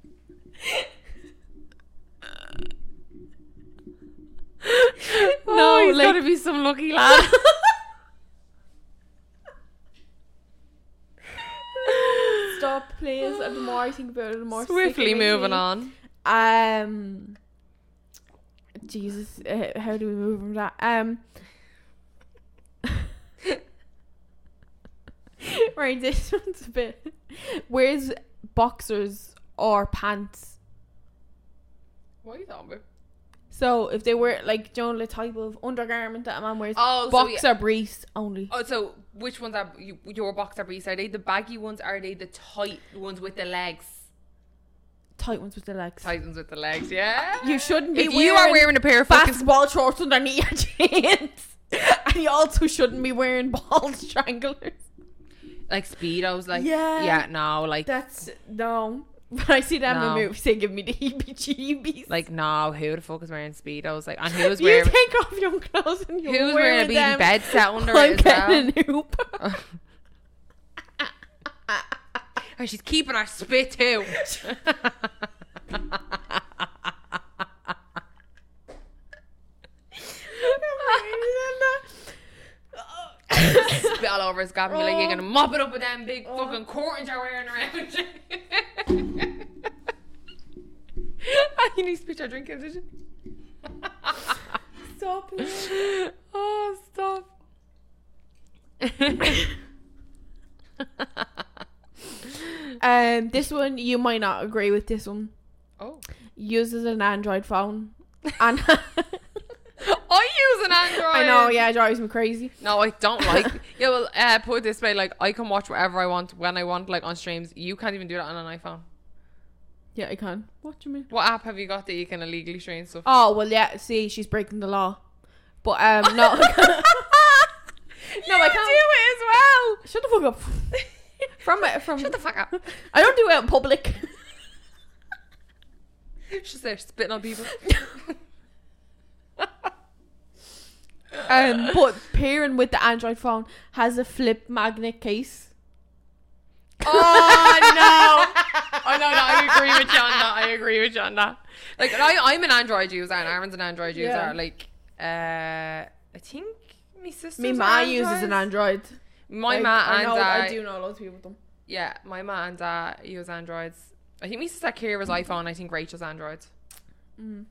Speaker 1: No,
Speaker 2: No,
Speaker 1: oh, he's
Speaker 2: like-
Speaker 1: gotta be some
Speaker 2: (laughs)
Speaker 1: lucky lad.
Speaker 2: Stop, please. And the more I think about it, the more sick it
Speaker 1: Swiftly
Speaker 2: makes
Speaker 1: moving
Speaker 2: me.
Speaker 1: on.
Speaker 2: Um, Jesus, uh, how do we move from that? Um, (laughs) right, this one's a bit. Where's boxers or pants?
Speaker 1: What are you talking about?
Speaker 2: So if they were like Joan the type of undergarment that a man wears,
Speaker 1: Oh, so
Speaker 2: boxer
Speaker 1: yeah.
Speaker 2: briefs only.
Speaker 1: Oh, so which ones are you, your boxer briefs? Are they the baggy ones? Are they the tight ones with the legs?
Speaker 2: Tight ones with the legs.
Speaker 1: Tight ones with the legs, yeah.
Speaker 2: You shouldn't be
Speaker 1: If you are wearing a pair of fucking
Speaker 2: basketball shorts underneath your (laughs) jeans, and you also shouldn't be wearing ball (laughs) stranglers.
Speaker 1: like speedos, like
Speaker 2: Yeah.
Speaker 1: yeah, no, like
Speaker 2: That's no. (laughs) When I see that
Speaker 1: No.
Speaker 2: in the movies, they give me the heebie-jeebies.
Speaker 1: like no, who the fuck is wearing speedos? Like and
Speaker 2: (laughs)
Speaker 1: who's
Speaker 2: you
Speaker 1: wearing
Speaker 2: take off your clothes and you're
Speaker 1: who's wearing, a
Speaker 2: wearing,
Speaker 1: beaten
Speaker 2: (laughs) them.
Speaker 1: bed set under
Speaker 2: I'm
Speaker 1: it as well?
Speaker 2: getting an (laughs) Uber.
Speaker 1: And Oh, she's keeping her spit
Speaker 2: (laughs)
Speaker 1: too. spit all over his gob and be like, you're gonna mop it up with them big
Speaker 2: Oh.
Speaker 1: fucking curtains you're wearing around you.
Speaker 2: (laughs)
Speaker 1: you need to pitch our drinking, did you?
Speaker 2: (laughs) Stop it.
Speaker 1: (laughs) oh,
Speaker 2: (laughs)
Speaker 1: stop.
Speaker 2: Um, this one you might not agree with. This one
Speaker 1: oh.
Speaker 2: uses an Android phone, and (laughs)
Speaker 1: (laughs) I use an Android.
Speaker 2: I know, yeah, it drives me crazy.
Speaker 1: No, I don't like. (laughs) yeah, well, uh, put it this way, like I can watch whatever I want when I want, like on streams. You can't even do that on an iPhone.
Speaker 2: Yeah, I can. What do you mean?
Speaker 1: What app have you got that you can illegally stream stuff?
Speaker 2: Oh well, yeah. See, she's breaking the law, but
Speaker 1: (laughs)
Speaker 2: um, no, (laughs)
Speaker 1: no, I can't do
Speaker 2: shut the fuck up.
Speaker 1: (laughs)
Speaker 2: From it, from
Speaker 1: Shut the fuck (laughs) up.
Speaker 2: (laughs) I don't do it in
Speaker 1: (laughs)
Speaker 2: public.
Speaker 1: She's there spitting on (laughs) people.
Speaker 2: Um, but pairing with the Android phone has a flip magnet case.
Speaker 1: Oh
Speaker 2: (laughs)
Speaker 1: no! I know that I agree with you on that. I agree with you on that. Like I, I'm an Android user, and Aaron's an Android user.
Speaker 2: Yeah.
Speaker 1: Like, uh, I think my sister.
Speaker 2: (laughs) Me ma uses an Android.
Speaker 1: My
Speaker 2: Like,
Speaker 1: ma
Speaker 2: I
Speaker 1: and
Speaker 2: know,
Speaker 1: I,
Speaker 2: I do know loads of people with them.
Speaker 1: Yeah, my ma and dad use Androids. I think my sister Kira's iPhone. I think Rachel's Android.
Speaker 2: Mm.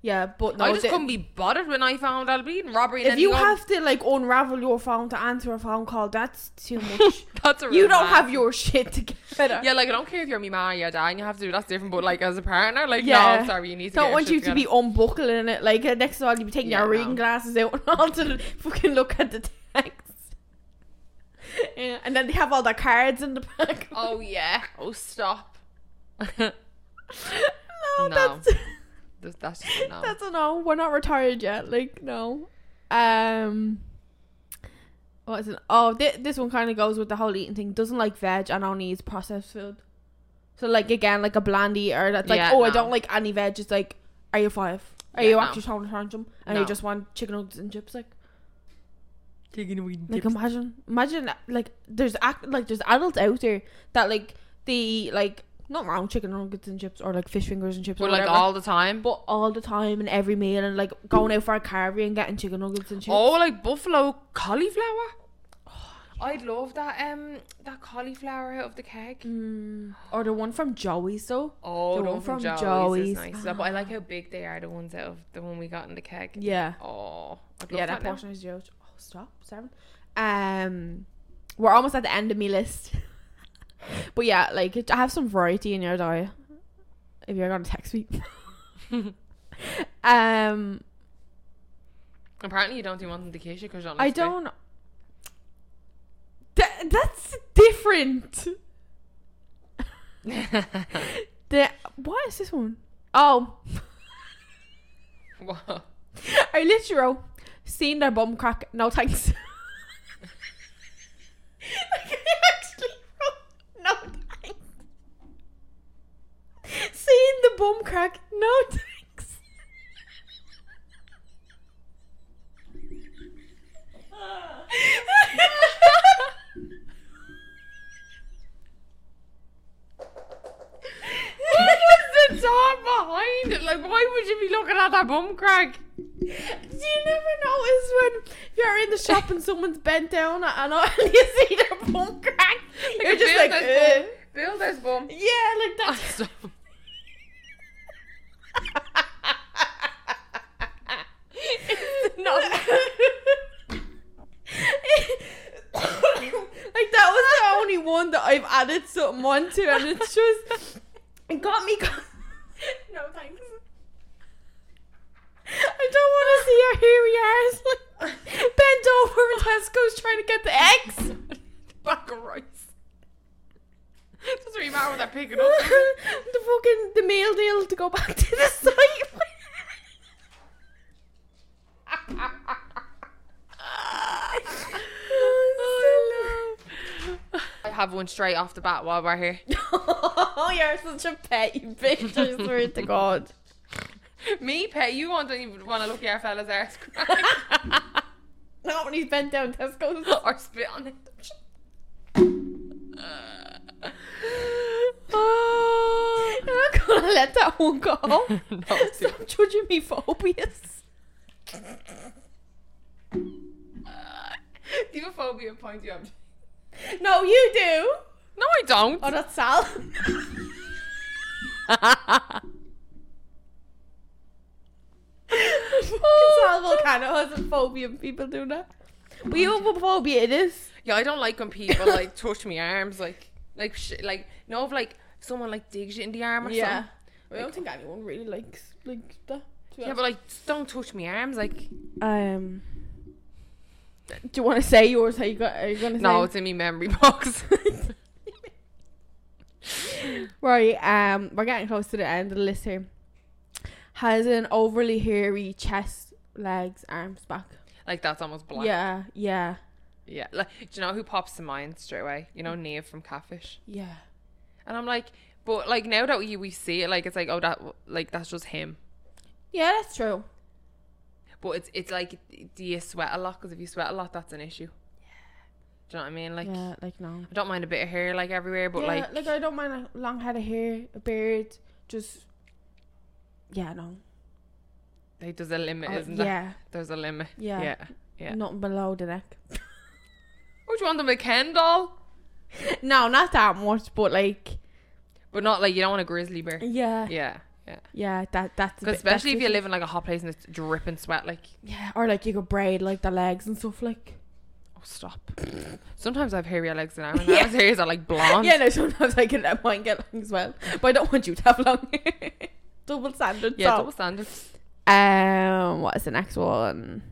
Speaker 2: Yeah, but no.
Speaker 1: I just
Speaker 2: the-
Speaker 1: couldn't be bothered when I found I'll be in robbery. And
Speaker 2: if
Speaker 1: then
Speaker 2: you
Speaker 1: go-
Speaker 2: have to like unravel your phone to answer a phone call, that's
Speaker 1: (laughs)
Speaker 2: too much.
Speaker 1: (laughs) that's a
Speaker 2: you
Speaker 1: real
Speaker 2: don't
Speaker 1: man.
Speaker 2: have your shit together.
Speaker 1: (laughs) Yeah, like I don't care if you're my ma or your dad, and you have to do that's different. But like as a partner, like
Speaker 2: Yeah.
Speaker 1: no, sorry, you need to.
Speaker 2: Don't
Speaker 1: get
Speaker 2: want
Speaker 1: your
Speaker 2: you
Speaker 1: shit
Speaker 2: to be
Speaker 1: together.
Speaker 2: unbuckling it. Like uh, next time you'll be taking
Speaker 1: Yeah,
Speaker 2: your
Speaker 1: no.
Speaker 2: reading glasses out and (laughs) all to fucking look at the text. (laughs) Yeah, and then they have all the cards in the back. (laughs)
Speaker 1: Oh yeah. Oh stop. (laughs)
Speaker 2: no,
Speaker 1: No.
Speaker 2: that's (laughs)
Speaker 1: That's that's just a no.
Speaker 2: that's a no. We're not retired yet. Like no. Um. What is it? Oh, thi- this one kind of goes with the whole eating thing. Doesn't like veg and only eats processed food. So like again, like a bland eater that's like,
Speaker 1: Yeah,
Speaker 2: oh, I
Speaker 1: no.
Speaker 2: don't like any veg. It's like, are you five? Are
Speaker 1: Yeah,
Speaker 2: you
Speaker 1: no.
Speaker 2: actually trying to tantrum? And you
Speaker 1: No.
Speaker 2: just want chicken nuggets and chips? Like,
Speaker 1: Taking a wee
Speaker 2: like
Speaker 1: dip.
Speaker 2: imagine, imagine like there's act like there's adults out there that like the like not wrong chicken nuggets and chips or like fish fingers and chips
Speaker 1: But
Speaker 2: or
Speaker 1: like
Speaker 2: whatever,
Speaker 1: all the time.
Speaker 2: but all the time and every meal and like going out for a carvery and getting chicken nuggets and chips. Oh,
Speaker 1: Oh, like buffalo cauliflower. I'd love that um that cauliflower out of the keg.
Speaker 2: Mm. Or the one from Joey's though.
Speaker 1: Oh,
Speaker 2: The
Speaker 1: the one
Speaker 2: one
Speaker 1: from
Speaker 2: from
Speaker 1: Joey's, is
Speaker 2: Joey's. Ah.
Speaker 1: nice. as well, But I like how big they are. The ones out of the one we got in the keg.
Speaker 2: Yeah.
Speaker 1: Oh, I'd love
Speaker 2: Yeah,
Speaker 1: that,
Speaker 2: that
Speaker 1: now.
Speaker 2: portion is huge. Oh, stop, Seven. Um, we're almost at the end of me list. (laughs) but yeah, like it- have some variety in your diet. If you're gonna
Speaker 1: (laughs)
Speaker 2: text me. um,
Speaker 1: Apparently, you don't do one in the kitchen because you don't.
Speaker 2: I
Speaker 1: like steak. (laughs)
Speaker 2: don't. That that's different. The what is this one? Oh,
Speaker 1: Wow.
Speaker 2: (laughs) I literal seen their bum crack. No thanks. (laughs) like I actually wrote no thanks. Seen the bum crack. No thanks. (laughs)
Speaker 1: What was the thought behind it? Like, why would you be looking at that bum crack?
Speaker 2: Do you never notice when you're in the shop and someone's bent down and all- (laughs) and you see their bum crack? You're just like,
Speaker 1: builder's
Speaker 2: "Uh."
Speaker 1: bum. Builder's (laughs) bum.
Speaker 2: yeah, like (laughs) that.
Speaker 1: Awesome.
Speaker 2: no. (laughs) like that was the only one that I've added something onto, and it's just it got me.
Speaker 1: (laughs)
Speaker 2: Go- (laughs) no thanks. I don't want to see her hairy ass (laughs) like, bent over in Tesco's trying to get the eggs. (laughs)
Speaker 1: Bag of rice. Doesn't really matter what they're picking up. (laughs)
Speaker 2: the fucking the meal deal to go back to the site.
Speaker 1: I have one straight off the bat while we're here.
Speaker 2: oh, (laughs) you're such a petty bitch, I swear to God.
Speaker 1: Me, pet, you won't even want to look at your fella's arse crack (laughs)
Speaker 2: Not when he's bent down Tesco's.
Speaker 1: or spit on it.
Speaker 2: Oh, I'm not gonna let that one go.
Speaker 1: it's
Speaker 2: Stop judging me for obvious.
Speaker 1: Do you have a phobia of pointy objects?
Speaker 2: No, you do.
Speaker 1: No, I don't. (laughs)
Speaker 2: Oh, that's Sal.
Speaker 1: Oh,
Speaker 2: Fucking Sal Volcano has a phobia of people doing that. We have a phobia, it is.
Speaker 1: yeah, I don't like when people
Speaker 2: (laughs)
Speaker 1: like touch my arms, like, like, sh- like, no, if like someone like digs you in the arm or
Speaker 2: Yeah.
Speaker 1: something.
Speaker 2: I don't think anyone really likes like that.
Speaker 1: Yeah, but like, don't touch my arms, like.
Speaker 2: um, do you want to say yours? How you got? Are you gonna say?
Speaker 1: No, it's in my memory (laughs) box.
Speaker 2: Right, um, we're getting close to the end of the list here. Has an overly hairy chest, legs, arms, back.
Speaker 1: like that's almost black.
Speaker 2: Yeah, yeah,
Speaker 1: Yeah. Like, do you know who pops to mind straight away? You know, Neve from Catfish.
Speaker 2: yeah.
Speaker 1: And I'm like, but like now that we, we see it, like it's like, oh, that like that's just him.
Speaker 2: Yeah, that's true.
Speaker 1: But it's it's like, do you sweat a lot? Because if you sweat a lot, that's an issue. Do you know what I mean? Like,
Speaker 2: yeah, like no.
Speaker 1: I don't mind a bit of hair like everywhere, but
Speaker 2: yeah,
Speaker 1: like,
Speaker 2: like I don't mind like, long head of hair, a beard, just yeah, no.
Speaker 1: like there's a limit,
Speaker 2: Oh,
Speaker 1: isn't there?
Speaker 2: yeah,
Speaker 1: There's a limit.
Speaker 2: yeah,
Speaker 1: Yeah. yeah.
Speaker 2: Nothing below the neck. (laughs)
Speaker 1: Would you want them a Ken doll?
Speaker 2: no, not that much, but like
Speaker 1: But not like you don't want a grizzly bear.
Speaker 2: yeah,
Speaker 1: Yeah. Yeah.
Speaker 2: yeah. That that's a
Speaker 1: Because
Speaker 2: bit- that's
Speaker 1: especially if you
Speaker 2: just-
Speaker 1: live in like a hot place and it's dripping sweat, like
Speaker 2: Yeah, or like you could braid like the legs and stuff like.
Speaker 1: Oh,
Speaker 2: (laughs)
Speaker 1: stop. Sometimes I have hairy legs and arms. Yeah. My hairs are like blonde.
Speaker 2: (laughs) Yeah, no, sometimes I can let mine get long as well. But I don't want you to have long hair. (laughs) double standards.
Speaker 1: Yeah,
Speaker 2: so.
Speaker 1: double standards.
Speaker 2: Um, what is the next one?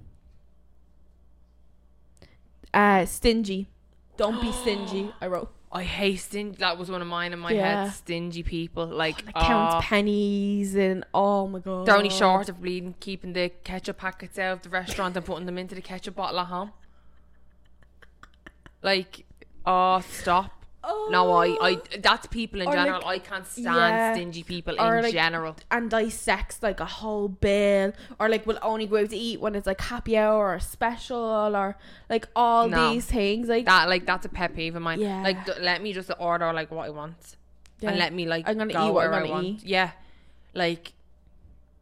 Speaker 2: Uh, stingy. Don't be stingy. I wrote.
Speaker 1: I hate stingy. That was one of mine in my
Speaker 2: Yeah.
Speaker 1: head. Stingy people. Like,
Speaker 2: Like count
Speaker 1: oh,
Speaker 2: pennies and oh my god.
Speaker 1: they're only short of bleeding, keeping the ketchup packets out of the restaurant and putting them into the ketchup bottle at home. Like, oh, stop.
Speaker 2: Oh.
Speaker 1: No, I, I, that's people in
Speaker 2: Or
Speaker 1: general.
Speaker 2: like-
Speaker 1: I can't stand
Speaker 2: yeah.
Speaker 1: stingy people
Speaker 2: Or
Speaker 1: in
Speaker 2: like-
Speaker 1: general.
Speaker 2: And dissects like a whole bill, or like will only go out to eat when it's like happy hour or special, or like all
Speaker 1: No.
Speaker 2: these things. Like
Speaker 1: That, like, that's a pet peeve of mine.
Speaker 2: Yeah.
Speaker 1: Like, d- let me just order, like, what I want.
Speaker 2: Yeah.
Speaker 1: and let me like
Speaker 2: I'm gonna
Speaker 1: go
Speaker 2: eat what I'm
Speaker 1: where I
Speaker 2: gonna
Speaker 1: want.
Speaker 2: eat.
Speaker 1: Yeah, like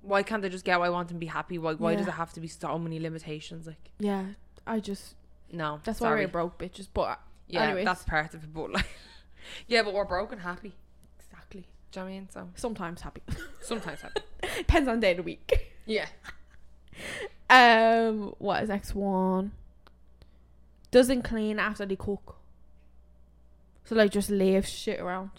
Speaker 1: why can't I just get what I want and be happy? Why why does it
Speaker 2: Yeah.
Speaker 1: have to be so many limitations? Like
Speaker 2: yeah, I just
Speaker 1: no,
Speaker 2: that's why
Speaker 1: sorry.
Speaker 2: we're broke bitches. But
Speaker 1: yeah,
Speaker 2: anyways.
Speaker 1: that's part of it. But like, (laughs) yeah, but we're broken happy.
Speaker 2: exactly,
Speaker 1: Do you know what I mean? So
Speaker 2: sometimes happy
Speaker 1: sometimes happy.
Speaker 2: (laughs) depends on day of the week.
Speaker 1: yeah.
Speaker 2: Um, what is next one? Doesn't clean after they cook. So like just leave shit around.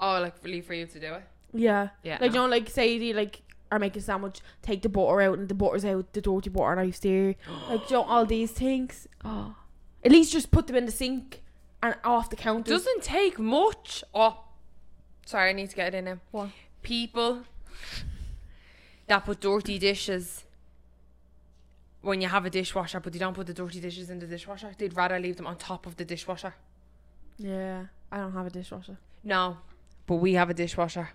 Speaker 1: Oh, like leave for you to do it.
Speaker 2: Yeah.
Speaker 1: Yeah.
Speaker 2: Like
Speaker 1: no.
Speaker 2: you know, like say they like are making a sandwich, take the butter out and the butter's out, the dirty butter
Speaker 1: (gasps)
Speaker 2: knife's there. like you know, all these things. Oh. At least just put them in the sink and off the counter.
Speaker 1: doesn't take much. Oh, sorry, I need to get it in now.
Speaker 2: What?
Speaker 1: People that put dirty dishes when you have a dishwasher, but they don't put the dirty dishes in the dishwasher. They'd rather leave them on top of the dishwasher.
Speaker 2: Yeah. I don't have a dishwasher.
Speaker 1: No, but we have a
Speaker 2: (laughs)
Speaker 1: dishwasher.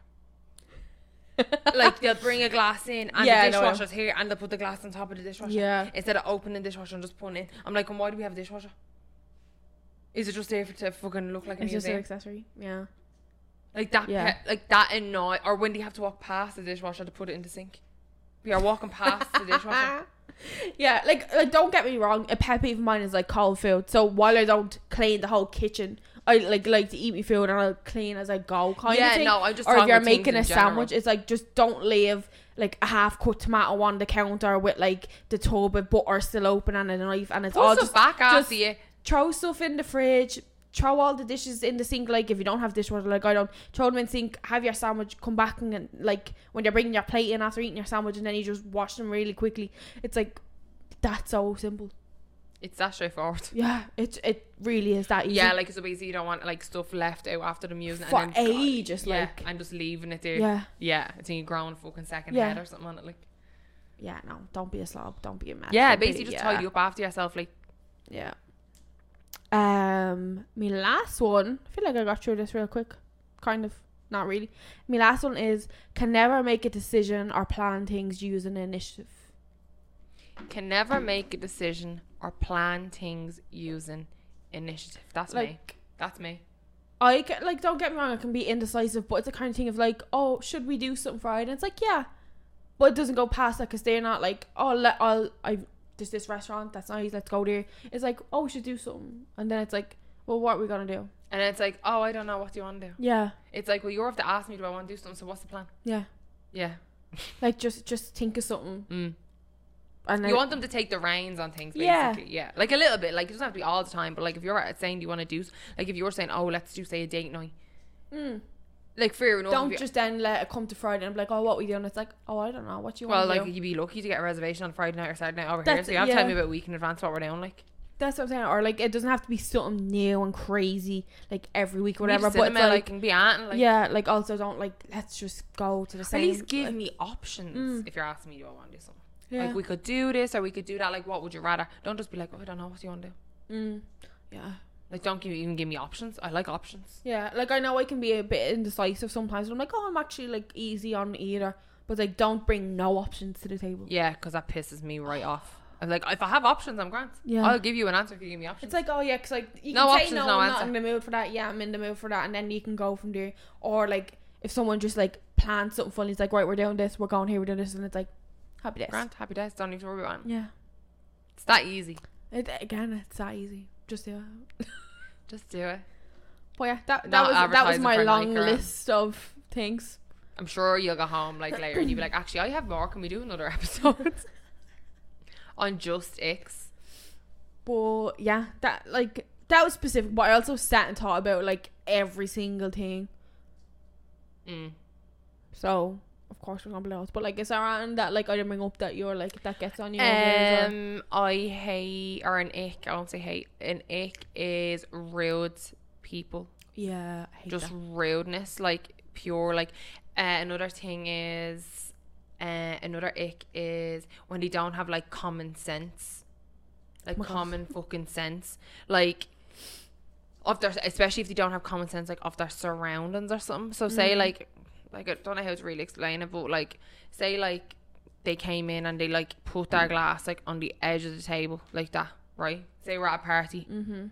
Speaker 1: like they'll bring a glass in and
Speaker 2: Yeah, I
Speaker 1: the
Speaker 2: know.
Speaker 1: dishwasher's here and they'll put the glass on top of the dishwasher.
Speaker 2: Yeah.
Speaker 1: Instead of opening the dishwasher and just putting it in. I'm like, and why do we have a dishwasher? Is it just there for to fucking look like a
Speaker 2: It's just an
Speaker 1: museum?
Speaker 2: accessory. Yeah.
Speaker 1: Like that,
Speaker 2: Yeah.
Speaker 1: pe- like that annoy, or when do you have to walk past the dishwasher to put it in the sink? We are walking past the
Speaker 2: (laughs)
Speaker 1: dishwasher.
Speaker 2: Yeah, like like don't get me wrong, a pet peeve of mine is like cold food. So while I don't clean the whole kitchen, I like like to eat my food and I'll clean as I go kind of
Speaker 1: Yeah,
Speaker 2: thing.
Speaker 1: no, I'm just
Speaker 2: or if
Speaker 1: talking
Speaker 2: you're
Speaker 1: about things
Speaker 2: making
Speaker 1: in
Speaker 2: a
Speaker 1: general.
Speaker 2: sandwich, it's like just don't leave like a half cut tomato on the counter with like the tub of butter still open and a knife and it's all
Speaker 1: Put
Speaker 2: just
Speaker 1: it back
Speaker 2: just-
Speaker 1: after you.
Speaker 2: throw stuff in the fridge. Throw all the dishes in the sink, like if you don't have dishwater, like I don't. Throw them in sink. Have your sandwich. Come back and like when they're bringing your plate in after eating your sandwich, and then you just wash them really quickly. It's like that's so simple.
Speaker 1: It's that straightforward.
Speaker 2: (laughs) Yeah, it it really is that easy.
Speaker 1: Yeah, like it's so easy. You don't want like stuff left out after them using it
Speaker 2: For
Speaker 1: and then,
Speaker 2: ages,
Speaker 1: yeah,
Speaker 2: like.
Speaker 1: and just leaving it there. Yeah,
Speaker 2: yeah,
Speaker 1: I think you grow on a fucking second
Speaker 2: Yeah.
Speaker 1: head or something on it. Like
Speaker 2: yeah. No, don't be a slob. Don't be a mess.
Speaker 1: yeah,
Speaker 2: don't be-
Speaker 1: basically just
Speaker 2: yeah.
Speaker 1: tidy up after yourself. Like
Speaker 2: Yeah. Um, my last one. I feel like I got through this real quick. Kind of, not really. My last one is can never make a decision or plan things using initiative.
Speaker 1: can never make a decision or plan things using initiative. That's me.
Speaker 2: Like
Speaker 1: That's me.
Speaker 2: I can, like don't get me wrong, I can be indecisive, but it's the kind of thing of like, oh, should we do something Friday? And it's like, yeah, but it doesn't go past that because they're not like, oh, let I'll I there's this restaurant that's nice, let's go there. It's like, oh, we should do something, and then it's like, well, what are we gonna do?
Speaker 1: And it's like, oh, I don't know. What do you want to do?
Speaker 2: Yeah,
Speaker 1: It's like, well, you have to ask me. Do I want to do something? So what's the plan?
Speaker 2: yeah,
Speaker 1: Yeah.
Speaker 2: like just just think of something,
Speaker 1: Mm.
Speaker 2: and then
Speaker 1: You want them to take the reins on things,
Speaker 2: Yeah.
Speaker 1: basically. Yeah. Like a little bit. Like it doesn't have to be all the time, but like if you're saying you want to do, s- like if you're saying, oh, let's do say a date night,
Speaker 2: Mm.
Speaker 1: like fair enough.
Speaker 2: don't
Speaker 1: if you-
Speaker 2: just then let it come to Friday and be like, oh, what we doing? It's like, oh, I don't know. What do you
Speaker 1: well,
Speaker 2: want to
Speaker 1: like
Speaker 2: do?
Speaker 1: you'd be lucky to get a reservation on Friday night or Saturday night over here.
Speaker 2: That's-
Speaker 1: So you have to tell
Speaker 2: yeah.
Speaker 1: me about a week in advance what we're doing. Like
Speaker 2: That's what I'm saying. Or like, it doesn't have to be something new and crazy, like every week, or
Speaker 1: whatever.
Speaker 2: whatever.
Speaker 1: Need a cinema,
Speaker 2: But it's
Speaker 1: like,
Speaker 2: like,
Speaker 1: and be at and like.
Speaker 2: yeah, like also don't like let's just go to the
Speaker 1: At
Speaker 2: same.
Speaker 1: least give
Speaker 2: like,
Speaker 1: me options
Speaker 2: Mm.
Speaker 1: if you're asking me, do I want to do something?
Speaker 2: yeah.
Speaker 1: Like we could do this or we could do that. Like what would you rather? Don't just be like, oh, I don't know. What do you want to do?
Speaker 2: Mm. yeah,
Speaker 1: Like don't give, even give me options. I like options.
Speaker 2: yeah. Like I know I can be a bit indecisive sometimes. But I'm like, oh, I'm actually like easy on either. But like, don't bring no options to the table.
Speaker 1: Yeah, because that pisses me
Speaker 2: (sighs)
Speaker 1: right off. I'm like, if I have options, I'm grand.
Speaker 2: Yeah.
Speaker 1: I'll give you an answer if you give me options.
Speaker 2: It's like, oh yeah, because like you
Speaker 1: No
Speaker 2: can
Speaker 1: options,
Speaker 2: say no,
Speaker 1: no
Speaker 2: I'm
Speaker 1: answer.
Speaker 2: not in the mood for that. Yeah, I'm in the mood for that, and then you can go from there. Or like if someone just like plans something fun, he's like, right, we're doing this, we're going here, we're doing this, and it's like, happy days.
Speaker 1: Grant, happy days. Don't need to worry about it.
Speaker 2: Yeah,
Speaker 1: It's that easy.
Speaker 2: it, again, it's that easy. Just yeah.
Speaker 1: Just do it.
Speaker 2: But yeah, that
Speaker 1: Not
Speaker 2: that was that was
Speaker 1: advertising
Speaker 2: my
Speaker 1: for
Speaker 2: long
Speaker 1: Nike or-
Speaker 2: list of things.
Speaker 1: I'm sure you'll go home like later and you'll be like, actually, I have more. Can we do another (laughs) episode on Just X?
Speaker 2: But yeah, that like that was specific. But I also sat and thought about like every single thing.
Speaker 1: Mm.
Speaker 2: So of course we're gonna blow it. But like, is there anything that like I didn't bring up that you're like that gets on you?
Speaker 1: Um, I hate or an ick. I won't say hate. An ick is rude people.
Speaker 2: yeah, I hate
Speaker 1: just
Speaker 2: that.
Speaker 1: rudeness like pure like uh, another thing is uh, another ick is when they don't have like common sense like
Speaker 2: Oh my God.
Speaker 1: common fucking sense like of their especially if they don't have common sense like of their surroundings or something so say
Speaker 2: Mm-hmm.
Speaker 1: like like I don't know how to really explain it but like say like they came in and they like
Speaker 2: Mm.
Speaker 1: put their glass like on the edge of the table like that right say we're at a party
Speaker 2: Mm-hmm.
Speaker 1: do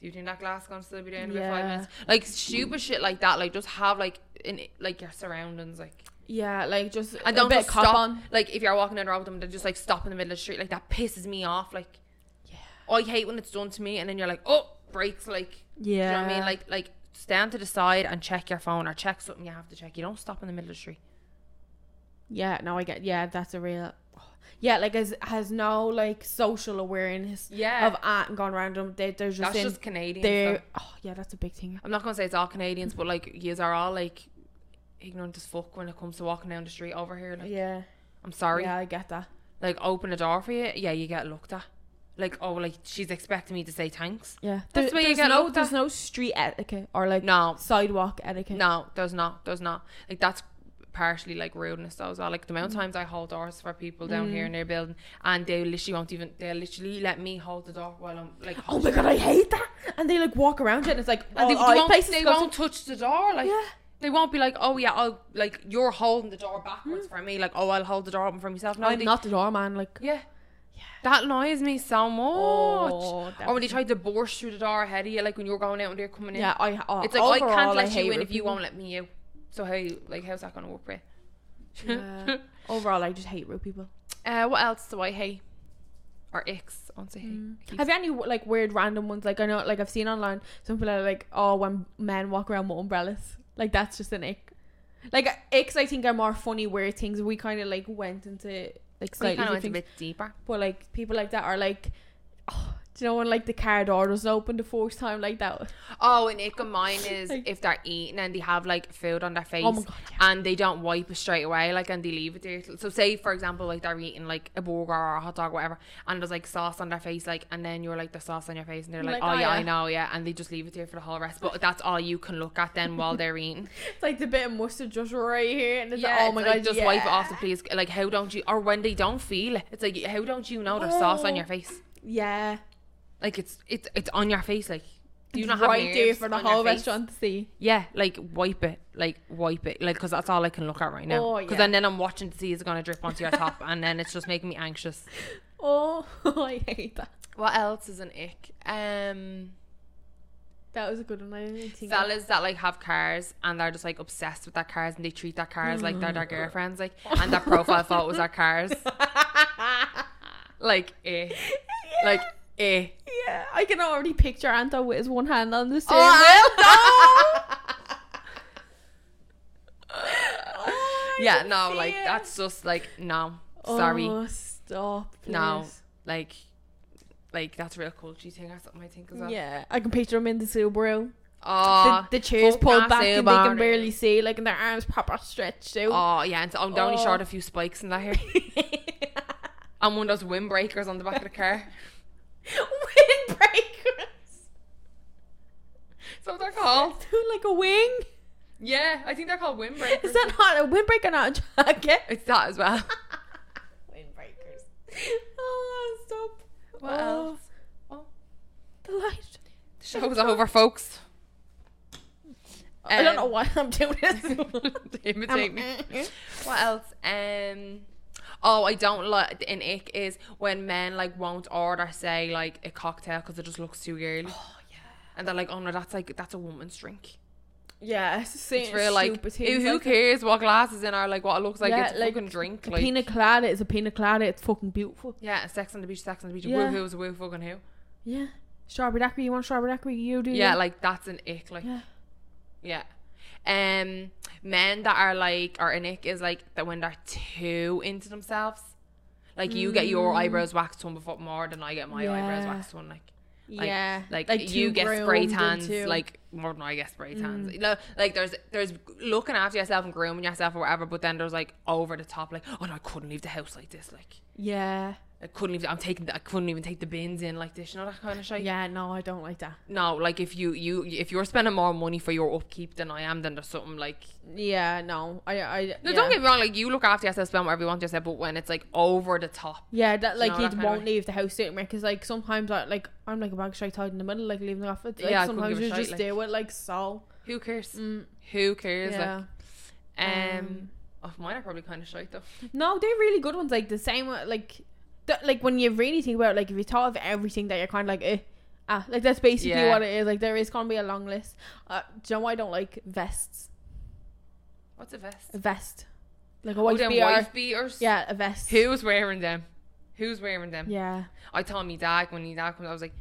Speaker 1: you think that glass gonna still be there in about five
Speaker 2: Yeah.
Speaker 1: minutes? Like stupid shit like that. Like just have like in like your surroundings like
Speaker 2: Yeah, like just
Speaker 1: and don't
Speaker 2: a bit
Speaker 1: just
Speaker 2: cop
Speaker 1: stop.
Speaker 2: on.
Speaker 1: Like if you're walking down the road with them, they just like stop in the middle of the street. Like that pisses me off. Like yeah, I hate when it's done to me, and then you're like, oh, brakes. Like
Speaker 2: Yeah,
Speaker 1: you know what I mean? Like like stand to the side and check your phone or check something you have to check. You don't stop in the middle of the street.
Speaker 2: yeah, no, I get. Yeah, that's a real. Yeah, like has has no like social awareness.
Speaker 1: Yeah.
Speaker 2: of art and gone random. They they're just
Speaker 1: That's
Speaker 2: in.
Speaker 1: just Canadians. though.
Speaker 2: they're oh yeah, that's a big thing.
Speaker 1: I'm not gonna say it's all Canadians, but like yous are all like ignorant as fuck when it comes to walking down the street over here. Like
Speaker 2: Yeah,
Speaker 1: I'm sorry.
Speaker 2: yeah, I get that.
Speaker 1: Like open the door for you, yeah, you get looked at. Like, oh like she's expecting me to say thanks.
Speaker 2: Yeah,
Speaker 1: That's where you
Speaker 2: there's
Speaker 1: get
Speaker 2: no,
Speaker 1: looked
Speaker 2: There's
Speaker 1: at.
Speaker 2: no street etiquette or like
Speaker 1: No.
Speaker 2: sidewalk etiquette.
Speaker 1: No, there's not. There's not. Like that's partially like rudeness though as well. Like the amount of
Speaker 2: Mm.
Speaker 1: times I hold doors for people down here in their building and they literally won't even they'll literally let me hold the door while I'm like
Speaker 2: Oh my god, I hate that. And they like walk around it, and it's like
Speaker 1: and they,
Speaker 2: oh,
Speaker 1: they
Speaker 2: I
Speaker 1: won't,
Speaker 2: places
Speaker 1: they
Speaker 2: to go to-
Speaker 1: won't touch the door. Like
Speaker 2: Yeah.
Speaker 1: they won't be like, oh yeah, I'll like you're holding the door backwards
Speaker 2: Mm.
Speaker 1: for me. Like oh, I'll hold the door open for myself. No,
Speaker 2: I'm
Speaker 1: they-
Speaker 2: not the doorman. Like
Speaker 1: Yeah. That annoys me so much.
Speaker 2: Oh, that
Speaker 1: or when they
Speaker 2: was-
Speaker 1: tried to burst through the door ahead of you, like when you're going out and they're coming in.
Speaker 2: yeah, I. Oh,
Speaker 1: It's like I
Speaker 2: overall,
Speaker 1: can't let
Speaker 2: hate
Speaker 1: you in
Speaker 2: rude
Speaker 1: if you
Speaker 2: people.
Speaker 1: won't let me out. So how you- like how's that gonna work with? (laughs)
Speaker 2: Yeah. overall, I just hate rude people.
Speaker 1: Uh, what else do I hate? Or icks? I will say hate. I keep-
Speaker 2: Mm. Have you any like weird random ones? Like I know, like I've seen online, some people are like, oh, when men walk around with umbrellas, like that's just an ick. Like icks, I think are more funny weird things. We kind of like went into like
Speaker 1: We
Speaker 2: slightly
Speaker 1: kind of
Speaker 2: different
Speaker 1: went a
Speaker 2: things,
Speaker 1: bit deeper.
Speaker 2: but like people like that are like, (sighs) oh, do you know when like the car door doesn't open the first time like that?
Speaker 1: Oh, an ick of
Speaker 2: (laughs)
Speaker 1: mine is
Speaker 2: Like-
Speaker 1: if they're eating and they have like food on their face
Speaker 2: Oh my God, yeah.
Speaker 1: and they don't wipe it straight away, like and they leave it there. till- So say for example, like they're eating like a burger or a hot dog, whatever, and there's like sauce on their face, like and then you're like the sauce on your face, and they're like, oh, yeah, I know, yeah, and they just leave it there for the whole rest.
Speaker 2: (laughs)
Speaker 1: But that's all you can look at then while they're eating.
Speaker 2: It's like the bit of mustard just right here, and it's
Speaker 1: Yeah,
Speaker 2: like, oh
Speaker 1: it's
Speaker 2: my
Speaker 1: like,
Speaker 2: god,
Speaker 1: just
Speaker 2: (laughs) yeah.
Speaker 1: wipe it off the please. Like how don't you? Or when they don't feel it, it's like how don't you know there's sauce
Speaker 2: Oh.
Speaker 1: on your face?
Speaker 2: Yeah,
Speaker 1: Like it's it's it's on your face. Like do you not have
Speaker 2: right there
Speaker 1: nerves
Speaker 2: for the
Speaker 1: on your
Speaker 2: whole
Speaker 1: face?
Speaker 2: restaurant to see.
Speaker 1: Yeah, like wipe it, like wipe it, like because that's all I can look at right now.
Speaker 2: Oh,
Speaker 1: Because
Speaker 2: yeah.
Speaker 1: then, then I'm watching to see is it gonna drip onto your (laughs) top, and then it's just making me anxious.
Speaker 2: Oh, (laughs) I hate that.
Speaker 1: What else is an ick? Um,
Speaker 2: That was a good one. I didn't think. of-
Speaker 1: fellas that like have cars and they're just like obsessed with their cars and they treat their cars like (laughs) they're their girlfriends, like, and their profile photos are (laughs) cars. Like, eh, like, (laughs) eh.
Speaker 2: Yeah, I can already picture Anto with his one hand on the steering
Speaker 1: Oh, (laughs)
Speaker 2: wheel. Oh, I
Speaker 1: yeah,
Speaker 2: can
Speaker 1: no,
Speaker 2: see
Speaker 1: like
Speaker 2: it.
Speaker 1: that's just like no, sorry.
Speaker 2: Oh, stop.
Speaker 1: No,
Speaker 2: please.
Speaker 1: like, like that's a real culture thing. That's something I think as well.
Speaker 2: Yeah, I can picture him in the Subaru.
Speaker 1: Oh,
Speaker 2: the, the chairs pulled back and they can barely
Speaker 1: barely.
Speaker 2: see, like, and their arms proper stretched out.
Speaker 1: Oh yeah, and so I'm only
Speaker 2: Oh.
Speaker 1: short a few spikes in that hair. (laughs) and one of those windbreakers on the back of the car.
Speaker 2: (laughs)
Speaker 1: (laughs)
Speaker 2: Windbreakers.
Speaker 1: So they're called.
Speaker 2: like a wing.
Speaker 1: Yeah, I think they're called windbreakers.
Speaker 2: Is that not a windbreaker, not
Speaker 1: (laughs)
Speaker 2: a jacket?
Speaker 1: it's that as
Speaker 2: (laughs)
Speaker 1: well.
Speaker 2: Windbreakers. (laughs) Oh, stop.
Speaker 1: What
Speaker 2: Oh,
Speaker 1: else?
Speaker 2: The light.
Speaker 1: The show's over, folks. (laughs)
Speaker 2: I don't know
Speaker 1: Um,
Speaker 2: why I'm doing (laughs) this.
Speaker 1: to
Speaker 2: Um,
Speaker 1: imitate
Speaker 2: eh,
Speaker 1: me. What else? Um. Oh, I don't like an ick is when men like won't order say like a cocktail because it just looks too girly,
Speaker 2: Oh, yeah.
Speaker 1: and they're like, oh no, that's like that's a woman's drink.
Speaker 2: Yeah, it's the same.
Speaker 1: It's real like
Speaker 2: stupid
Speaker 1: ew,
Speaker 2: things
Speaker 1: who
Speaker 2: like that.
Speaker 1: cares what glass is in or like what it looks like.
Speaker 2: Yeah,
Speaker 1: it's a
Speaker 2: like,
Speaker 1: fucking drink.
Speaker 2: A
Speaker 1: Like
Speaker 2: pina colada is a pina colada. It's fucking beautiful.
Speaker 1: yeah, Sex on the Beach, Sex on the Beach.
Speaker 2: Yeah. Mm-hmm.
Speaker 1: Woo hoo is a woo fucking who.
Speaker 2: Yeah. Strawberry daiquiri. You want strawberry daiquiri? You do.
Speaker 1: Yeah,
Speaker 2: you.
Speaker 1: like that's an ick. Like
Speaker 2: Yeah.
Speaker 1: yeah. Um, men that are like or an ick is like that when they're too into themselves. Like you get your eyebrows waxed one before more than I get my eyebrows
Speaker 2: Mm. Yeah.
Speaker 1: waxed one. Like like,
Speaker 2: yeah.
Speaker 1: like,
Speaker 2: too
Speaker 1: you get spray
Speaker 2: groomed and
Speaker 1: tans
Speaker 2: too- Mm.
Speaker 1: like more than I get spray tans. No, like there's there's looking after yourself and grooming yourself or whatever, but then there's like over the top like oh no, I couldn't leave the house like this. Like
Speaker 2: Yeah.
Speaker 1: I couldn't leave. I'm taking. The, I couldn't even take the bins in like this. You know that kind of shit.
Speaker 2: Yeah. No, I don't like that.
Speaker 1: No, like if you you if you're spending more money for your upkeep than I am, then there's something like.
Speaker 2: Yeah. No. I. I.
Speaker 1: No,
Speaker 2: yeah.
Speaker 1: don't get me wrong. Like you look after yourself, spend whatever you want yourself, but when it's like over the top.
Speaker 2: Yeah, that like
Speaker 1: know,
Speaker 2: you
Speaker 1: that kind of
Speaker 2: won't
Speaker 1: way.
Speaker 2: leave the house soon, because like sometimes I like I'm like a bag straight tied in the middle, like leaving the office. Like,
Speaker 1: Yeah, I couldn't give
Speaker 2: sometimes
Speaker 1: a
Speaker 2: you
Speaker 1: shite,
Speaker 2: just
Speaker 1: like-
Speaker 2: do it like so.
Speaker 1: Who cares?
Speaker 2: Mm,
Speaker 1: Who cares?
Speaker 2: yeah.
Speaker 1: Like, um,
Speaker 2: Um,
Speaker 1: oh, mine are probably kind of shite though.
Speaker 2: No, they're really good ones. Like the same, uh, like, th- like when you really think about, it, like if you thought of everything that you're kind of like, eh, Ah, like that's basically
Speaker 1: Yeah.
Speaker 2: what it is. Like there is gonna be a long list. Uh, do you know why I don't like vests?
Speaker 1: What's a vest?
Speaker 2: A vest, like a
Speaker 1: Oh,
Speaker 2: white
Speaker 1: them
Speaker 2: BR.
Speaker 1: wife beaters.
Speaker 2: Yeah, a vest.
Speaker 1: Who's wearing them? Who's wearing them?
Speaker 2: Yeah.
Speaker 1: I told me dad when he dad comes, I was like,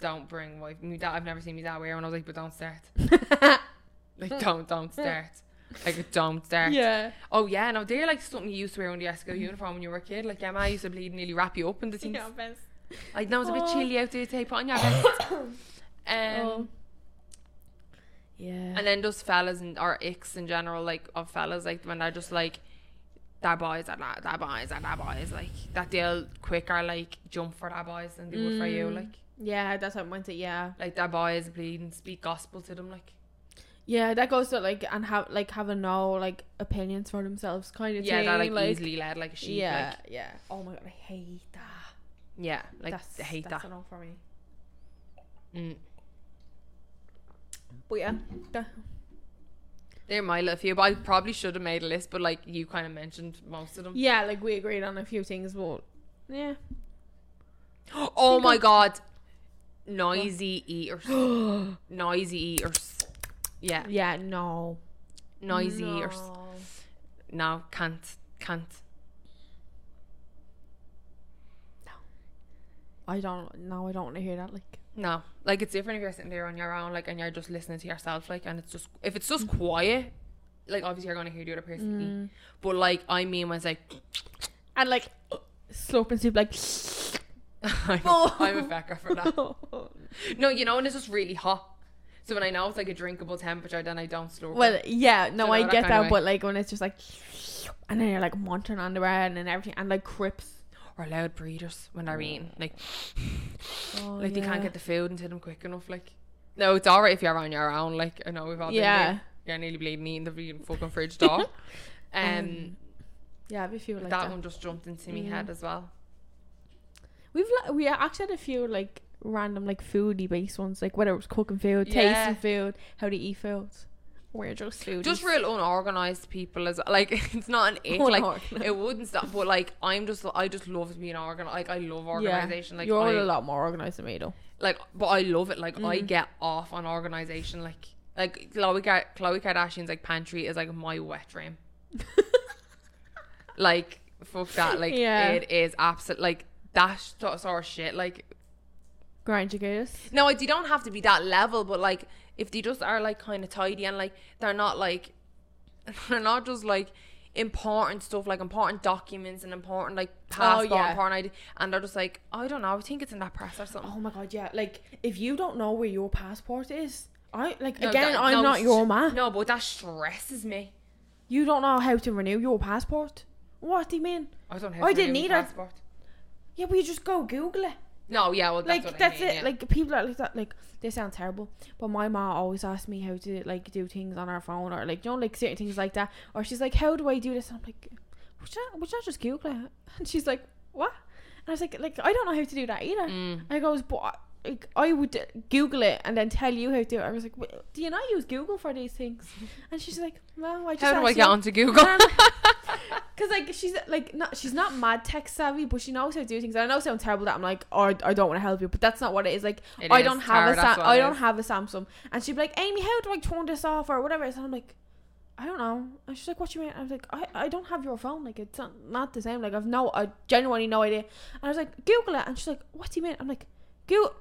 Speaker 1: "Don't bring wife." Me dad, I've never seen me dad wear one. I was like, "But don't start. Like, don't, don't start. Like, don't start."
Speaker 2: yeah.
Speaker 1: Oh yeah, no, they're like something you used to wear under your school uniform when you were a kid. Like, yeah, ma used to bleed nearly wrap you up into things.
Speaker 2: Mm. Yeah, vest.
Speaker 1: Like, no, it's a bit
Speaker 2: Oh.
Speaker 1: chilly out there today. Put
Speaker 2: (coughs)
Speaker 1: on your vest. Um,
Speaker 2: Oh. Yeah.
Speaker 1: And then those fellas and or icks in general, like of fellas, like when they're just like that boys are that that boys are that boys, like that they'll quicker like jump for that boys than they would for
Speaker 2: Mm.
Speaker 1: you, like
Speaker 2: Yeah, that's how I meant it. Yeah.
Speaker 1: like that boy is bleeding, speak gospel to them, like
Speaker 2: Yeah, that goes to like and have like having no like opinions for themselves kind of
Speaker 1: yeah,
Speaker 2: thing.
Speaker 1: they're like, easily led like a sheep,
Speaker 2: yeah,
Speaker 1: like
Speaker 2: yeah. Oh my god, I hate that.
Speaker 1: yeah, like
Speaker 2: that's
Speaker 1: I hate
Speaker 2: that's
Speaker 1: that.
Speaker 2: enough for me.
Speaker 1: Mm.
Speaker 2: But yeah, that,
Speaker 1: They're my little few, but I probably should have made a list, but like you kind of mentioned most of them.
Speaker 2: yeah, like we agreed on a few things, but yeah.
Speaker 1: (gasps) Oh my god, noisy eaters, noisy eaters, yeah,
Speaker 2: (gasps) Yeah, no.
Speaker 1: noisy eaters.
Speaker 2: No.
Speaker 1: No, can't, can't.
Speaker 2: I don't no, I don't want to hear that like
Speaker 1: No, like it's different if you're sitting there on your own, like, and you're just listening to yourself, like, and it's just if it's just quiet, like, obviously you're gonna hear the other person
Speaker 2: Mm.
Speaker 1: eat. But like, I mean, when it's like, (laughs)
Speaker 2: and (laughs) like slurp and soup like
Speaker 1: I'm,
Speaker 2: (laughs) Oh.
Speaker 1: I'm a fecker for
Speaker 2: (laughs)
Speaker 1: that. No, you know, and it's just really hot. So when I know it's like a drinkable temperature, then I don't slurp.
Speaker 2: Well, yeah, no,
Speaker 1: Dunno,
Speaker 2: I
Speaker 1: that
Speaker 2: get
Speaker 1: kinda
Speaker 2: that,
Speaker 1: way.
Speaker 2: but like when it's just like, (laughs) and then you're like munching on the bread and everything, and like crips.
Speaker 1: or loud breeders when they're eating, like,
Speaker 2: Oh,
Speaker 1: like they can't get the food into them quick enough. Like, no, it's alright if you're on your own. Like, I know we've all been
Speaker 2: Yeah.
Speaker 1: there. You're nearly bleeding eating the bleeding fucking fridge
Speaker 2: (laughs)
Speaker 1: door. um
Speaker 2: Yeah, we feel like
Speaker 1: that,
Speaker 2: that.
Speaker 1: one just jumped into my head as well.
Speaker 2: We've li- we actually had a few like random like foodie based ones, like whether it was cooking food,
Speaker 1: Yeah.
Speaker 2: tasting food, how to eat food. We're just foodies.
Speaker 1: Just
Speaker 2: (laughs)
Speaker 1: real unorganized people as like (laughs) it's not an it like
Speaker 2: Unorganized.
Speaker 1: it wouldn't stop. But like I'm just I just love being organized. Like I love
Speaker 2: (laughs)
Speaker 1: organization. Like
Speaker 2: you're
Speaker 1: I,
Speaker 2: a lot more organized than me though.
Speaker 1: like but I love it. Like
Speaker 2: Mm.
Speaker 1: I get off on organization. Like like Chloe Chloe Kardashian's like pantry is like my wet
Speaker 2: (laughs)
Speaker 1: dream. like fuck that. Like
Speaker 2: Yeah.
Speaker 1: it is absolute like that sh- sort of shit. Like
Speaker 2: Grind your gears.
Speaker 1: No, they don't have to be that level, but like if they just are like kind of tidy and like they're not like (laughs) they're not just like important stuff like important documents and important like passport,
Speaker 2: Oh, yeah.
Speaker 1: important ID, and they're just like I don't know, I think it's in that press or something.
Speaker 2: Oh my god, yeah. Like if you don't know where your passport is, I like
Speaker 1: No,
Speaker 2: again,
Speaker 1: that-
Speaker 2: I'm
Speaker 1: no,
Speaker 2: not your man.
Speaker 1: No, but that stresses me.
Speaker 2: You don't know how to renew your passport. What do you mean?
Speaker 1: I don't have.
Speaker 2: Oh, I
Speaker 1: to
Speaker 2: didn't
Speaker 1: renew my
Speaker 2: either.
Speaker 1: passport.
Speaker 2: Yeah, but you just go Google it.
Speaker 1: No, yeah, well, that's
Speaker 2: like
Speaker 1: what I
Speaker 2: that's,
Speaker 1: mean,
Speaker 2: it.
Speaker 1: yeah.
Speaker 2: Like people are like that. Like they sound terrible, but my ma always asks me how to like do things on our phone or like you know like certain things like that. Or she's like, "How do I do this?" And I'm like, "Would you, would you not just Google it?" (laughs) And she's like, "What?" And I was like, "Like I don't know how to do that either."
Speaker 1: Mm.
Speaker 2: I goes, "But." I- Like, I would uh, Google it and then tell you how to do it. I was like, "Wait, "Do you not use Google for these
Speaker 1: (laughs)
Speaker 2: things?" And she's like, "No, I just
Speaker 1: how do I
Speaker 2: asked
Speaker 1: get
Speaker 2: you."
Speaker 1: onto Google?
Speaker 2: Um, Cause like she's like not she's not mad tech savvy, but she knows how to do things. And I know it sounds terrible that I'm like, oh, I- I don't want to help you, but that's not what it is. Like
Speaker 1: It
Speaker 2: (laughs) I
Speaker 1: is,
Speaker 2: don't have
Speaker 1: Tara,
Speaker 2: a
Speaker 1: that's
Speaker 2: Sam-
Speaker 1: what
Speaker 2: I
Speaker 1: it
Speaker 2: don't
Speaker 1: is.
Speaker 2: have a Samsung, and she'd be like, Amy, how do I turn this off or whatever? And I'm like, I don't know. And she's like, what you mean? I was like, I, I don't have your phone. Like it's not, not the same. Like I've no, I genuinely no idea. And I was like, Google it. And she's like, what do you mean? I'm like, Google,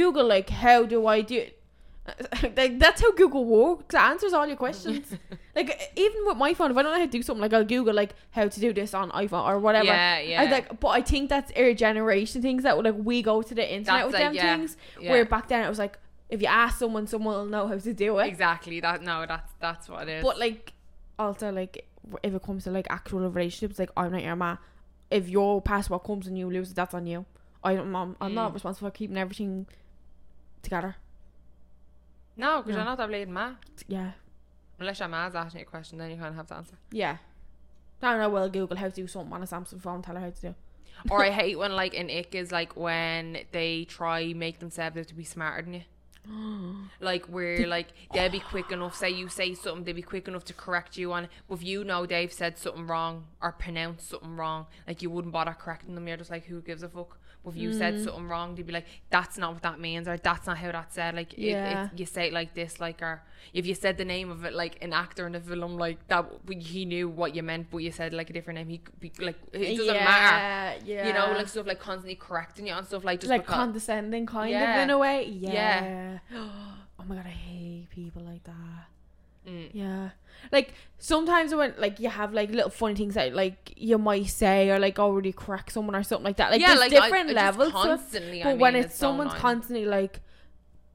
Speaker 2: Google. Like how do I do it? (laughs) like that's how Google works. It answers all your questions.
Speaker 1: (laughs)
Speaker 2: like even with my phone, if I don't know how to do something, like I'll Google like how to do this on iPhone or whatever.
Speaker 1: Yeah, yeah.
Speaker 2: I like, but I think that's our generation things that like we go to the internet
Speaker 1: That's
Speaker 2: with
Speaker 1: it,
Speaker 2: them
Speaker 1: yeah,
Speaker 2: things.
Speaker 1: yeah.
Speaker 2: Where back then it was like, if you ask someone, someone will know how to do it.
Speaker 1: exactly. That no, that's that's what it is.
Speaker 2: But like, also like, if it comes to like actual relationships, like I'm not your ma. If your passport comes and you lose it, that's on you. I don't, I'm, I'm not
Speaker 1: Mm.
Speaker 2: responsible for keeping everything together.
Speaker 1: no, because
Speaker 2: No.
Speaker 1: you're not that bleeding ma.
Speaker 2: Yeah,
Speaker 1: Unless your ma's asking you a question, then you kind of have to answer.
Speaker 2: yeah. No, no, we'll Google how to do something on a Samsung phone. Tell her how to do.
Speaker 1: (gasps)
Speaker 2: it.
Speaker 1: or I hate when like an ick is like when they try make themselves out to be smarter than you. like where like they'll be quick enough. Say you say something, they'll be quick enough to correct you on. it. But if you know they've said something wrong or pronounced something wrong, like you wouldn't bother correcting them. You're just like, who gives a fuck? But if you
Speaker 2: Mm.
Speaker 1: said something wrong, they'd be like, "That's not what that means," or "That's not how that's said." Like,
Speaker 2: Yeah.
Speaker 1: it, it, you say it like this, like, or if you said the name of it, like an actor in the film, like that, but he knew what you meant, but you said like a different name. He could be like, it doesn't matter.
Speaker 2: Yeah.
Speaker 1: You know, like stuff like constantly correcting you on stuff like just
Speaker 2: like
Speaker 1: because.
Speaker 2: condescending kind
Speaker 1: Yeah.
Speaker 2: of in a way.
Speaker 1: Yeah.
Speaker 2: Yeah. (gasps) Oh my god, I hate people like that.
Speaker 1: Mm.
Speaker 2: Yeah. Like sometimes when like you have like little funny things that like you might say or like already correct someone or something like that. Like
Speaker 1: yeah,
Speaker 2: there's
Speaker 1: like I-
Speaker 2: different
Speaker 1: I just
Speaker 2: levels. to it.
Speaker 1: Constantly,
Speaker 2: but
Speaker 1: I
Speaker 2: when
Speaker 1: mean,
Speaker 2: it's, someone's
Speaker 1: so annoying.
Speaker 2: constantly like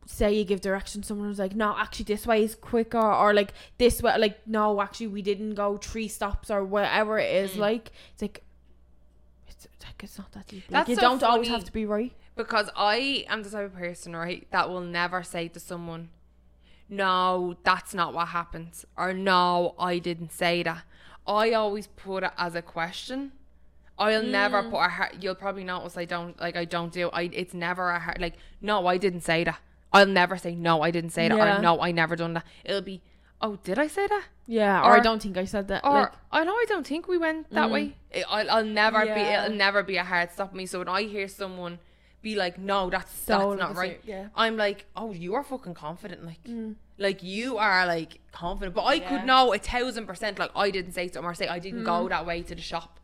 Speaker 2: say you give directions someone's like no actually this way is quicker or like this way like no actually we didn't go three stops or whatever it is
Speaker 1: Mm.
Speaker 2: like it's like it's, it's like it's not that deep like,
Speaker 1: That's
Speaker 2: you
Speaker 1: so
Speaker 2: don't always
Speaker 1: funny.
Speaker 2: have to be right
Speaker 1: because I am the type of person, right, that will never say to someone, "No, that's not what happened," or "No, I didn't say that." I always put it as a question. I'll never put a heart. You'll probably notice I don't like. I don't do. I. It's never a heart. Like, no, I didn't say that. I'll never say no. I didn't say that.
Speaker 2: Yeah.
Speaker 1: Or no, I never done that. It'll be, oh, did I say that?
Speaker 2: yeah or,
Speaker 1: Or-
Speaker 2: i don't think i said that
Speaker 1: Or
Speaker 2: like
Speaker 1: I know I don't think we went that way. Mm. It, I'll, I'll never
Speaker 2: Yeah.
Speaker 1: be. It'll never be a hard stop me. So when I hear someone be like, "No, that's
Speaker 2: So
Speaker 1: that's not
Speaker 2: opposite,
Speaker 1: right,"
Speaker 2: yeah. Mm.
Speaker 1: I'm like, "Oh, you are fucking confident, like, like you are like confident." But I
Speaker 2: Yeah. Mm.
Speaker 1: could know a thousand percent, like I didn't say something or say I didn't go that way to the shop.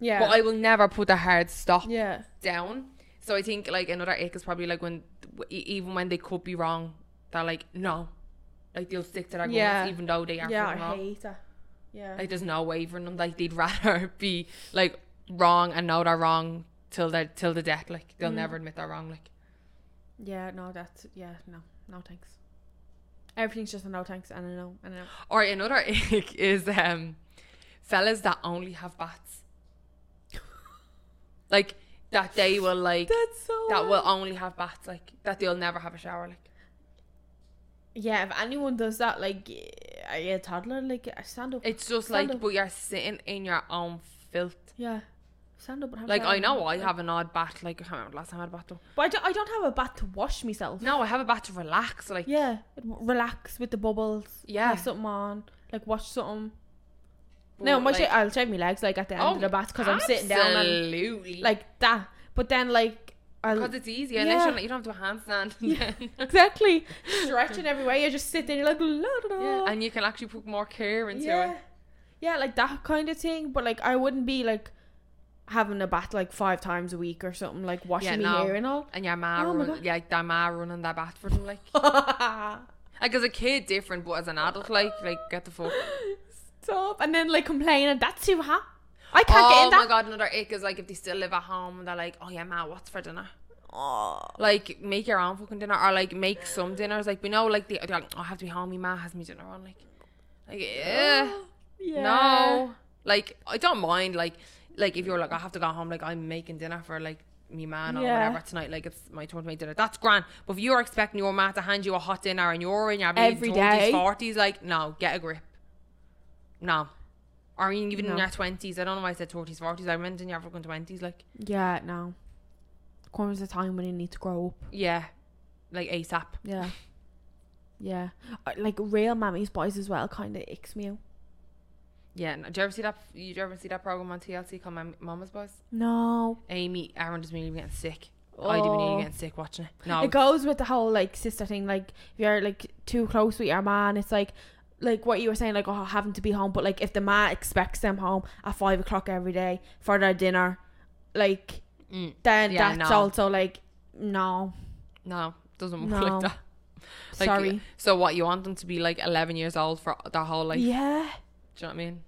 Speaker 2: yeah
Speaker 1: But I will never put a hard stop
Speaker 2: yeah
Speaker 1: down. So I think like another ick is probably like when e- even when they could be wrong, they're like, "No." Like they'll stick to their guns,
Speaker 2: Yeah.
Speaker 1: even though they are
Speaker 2: yeah
Speaker 1: fucking
Speaker 2: i
Speaker 1: wrong.
Speaker 2: hate that yeah
Speaker 1: Like there's no wavering them. Like they'd rather (laughs) be like wrong and know they're wrong till they till the death. Like
Speaker 2: Mm.
Speaker 1: they'll never admit they're wrong. Like
Speaker 2: yeah no that's yeah no no thanks everything's just a no thanks and a no and a no
Speaker 1: or another (laughs) ick is um fellas that only have
Speaker 2: (laughs)
Speaker 1: bats. like that they will like
Speaker 2: that's so
Speaker 1: that will only have bats. Like that they'll never have a shower. Like
Speaker 2: Yeah, if anyone does that, like, are you a toddler? Like, uh, stand up.
Speaker 1: it's just
Speaker 2: Stand
Speaker 1: like
Speaker 2: up.
Speaker 1: but you're sitting in your own filth.
Speaker 2: yeah, stand up. And have a
Speaker 1: Like
Speaker 2: shower.
Speaker 1: I know I have an odd bat. Like I can't remember the last time I had a bat. Though.
Speaker 2: but I don't, I don't have a bath to wash myself.
Speaker 1: No, I have a bat to relax. Like
Speaker 2: Yeah, r- relax with the bubbles.
Speaker 1: Yeah.
Speaker 2: have something on. Like watch something.
Speaker 1: but,
Speaker 2: no, my
Speaker 1: like-
Speaker 2: shave- I'll shave my legs like at the end
Speaker 1: Oh,
Speaker 2: of the bath because I'm sitting down and
Speaker 1: Absolutely.
Speaker 2: like that. But then like I'll
Speaker 1: Because it's easy, unless
Speaker 2: Yeah.
Speaker 1: you're not, you don't have to do a handstand. (laughs) Yeah.
Speaker 2: (laughs) exactly stretching every way. You just sit there, you're like la da da.
Speaker 1: and you can actually put more care into
Speaker 2: yeah.
Speaker 1: it.
Speaker 2: Yeah, like that kind of thing. But like, I wouldn't be like having a bath like five times a week or something, like washing
Speaker 1: Yeah,
Speaker 2: my
Speaker 1: no.
Speaker 2: hair
Speaker 1: (laughs)
Speaker 2: and all.
Speaker 1: And your ma,
Speaker 2: Oh my
Speaker 1: run,
Speaker 2: God.
Speaker 1: yeah, like, that ma running that bath for them, like, like as a kid, different, but as an adult, like, like get the fuck.
Speaker 2: Stop. And then like complaining, that's too hot. I can't get
Speaker 1: Oh
Speaker 2: in
Speaker 1: my
Speaker 2: that.
Speaker 1: god, another ick is like if they still live at home, and they're like, oh yeah, ma, what's for dinner?
Speaker 2: Oh.
Speaker 1: Like make your own fucking dinner, or like make some dinners. Like we know, like they, they're like, oh, I have to be home. My ma has me dinner on, like, like, yeah.
Speaker 2: Yeah.
Speaker 1: No. Like I don't mind like like if you're like I have to go home like I'm making dinner for like me man or
Speaker 2: Yeah.
Speaker 1: whatever tonight like it's my turn to make dinner that's grand but if you're expecting your man to hand you a hot dinner and you're in your
Speaker 2: Every
Speaker 1: mid
Speaker 2: day.
Speaker 1: 20s 40s like no get a grip no or even in
Speaker 2: No.
Speaker 1: your 20s I don't know why I said 30s 40s I meant in your fucking 20s like
Speaker 2: Yeah, no. Comes a time when you need to grow up.
Speaker 1: yeah like ASAP
Speaker 2: Yeah. Yeah. Uh, Like real mammy's boys as well kind of icks me out.
Speaker 1: yeah no. do you ever see that you do you ever see that program on TLC called Mam- Mama's Boys
Speaker 2: No.
Speaker 1: Amy Aaron just nearly getting sick I'd even
Speaker 2: Oh.
Speaker 1: nearly getting sick watching it no
Speaker 2: It goes with the whole like sister thing. Like if you're like too close with your man, it's like like what you were saying, like oh having to be home. But like if the man expects them home at five o'clock every day for their dinner, like
Speaker 1: Mm.
Speaker 2: then
Speaker 1: Yeah,
Speaker 2: that's
Speaker 1: no.
Speaker 2: also like no,
Speaker 1: No, doesn't work
Speaker 2: No.
Speaker 1: like that. Like,
Speaker 2: sorry,
Speaker 1: So what you want them to be like eleven years old for their whole life?
Speaker 2: yeah,
Speaker 1: Do you know what I mean?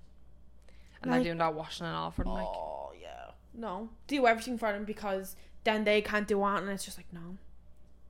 Speaker 1: And
Speaker 2: Like-
Speaker 1: they're doing that washing and all for them. Like,
Speaker 2: oh yeah, no, do everything for them because then they can't do one, and it's just like no,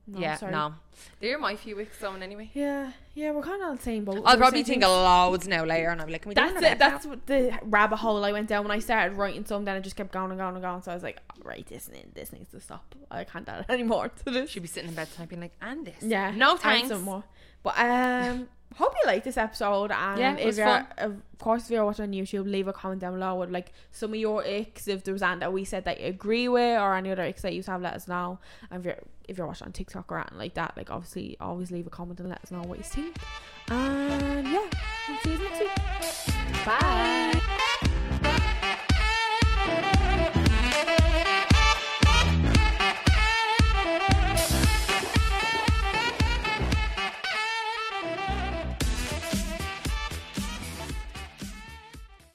Speaker 2: no
Speaker 1: yeah,
Speaker 2: sorry.
Speaker 1: no, they're my few weeks zone anyway.
Speaker 2: yeah, yeah, we're kind of on the same boat.
Speaker 1: I'll
Speaker 2: We're
Speaker 1: probably
Speaker 2: saying
Speaker 1: think
Speaker 2: things-
Speaker 1: of loads now later, and I'm like, can we do
Speaker 2: That's
Speaker 1: another
Speaker 2: it. That's what the rabbit hole I went down when I started writing some. Then I just kept going and going and going. So I was like, "Oh, right, this need- this needs to stop. I can't add anymore to this.
Speaker 1: She'd be sitting in bed typing like, and this.
Speaker 2: Yeah,
Speaker 1: No
Speaker 2: and
Speaker 1: thanks.
Speaker 2: some more. But
Speaker 1: (laughs)
Speaker 2: um, hope you liked this episode. And
Speaker 1: Yeah, it
Speaker 2: if
Speaker 1: was
Speaker 2: you're,
Speaker 1: fun.
Speaker 2: of course, if you're watching on YouTube, leave a comment down below with like some of your icks. If there was anything that we said that you agree with, or any other icks that you have, let us know. And if you're if you're watching on TikTok or anything like that, like obviously always leave a comment and let us know what you think. And yeah, we'll see you next week. Bye.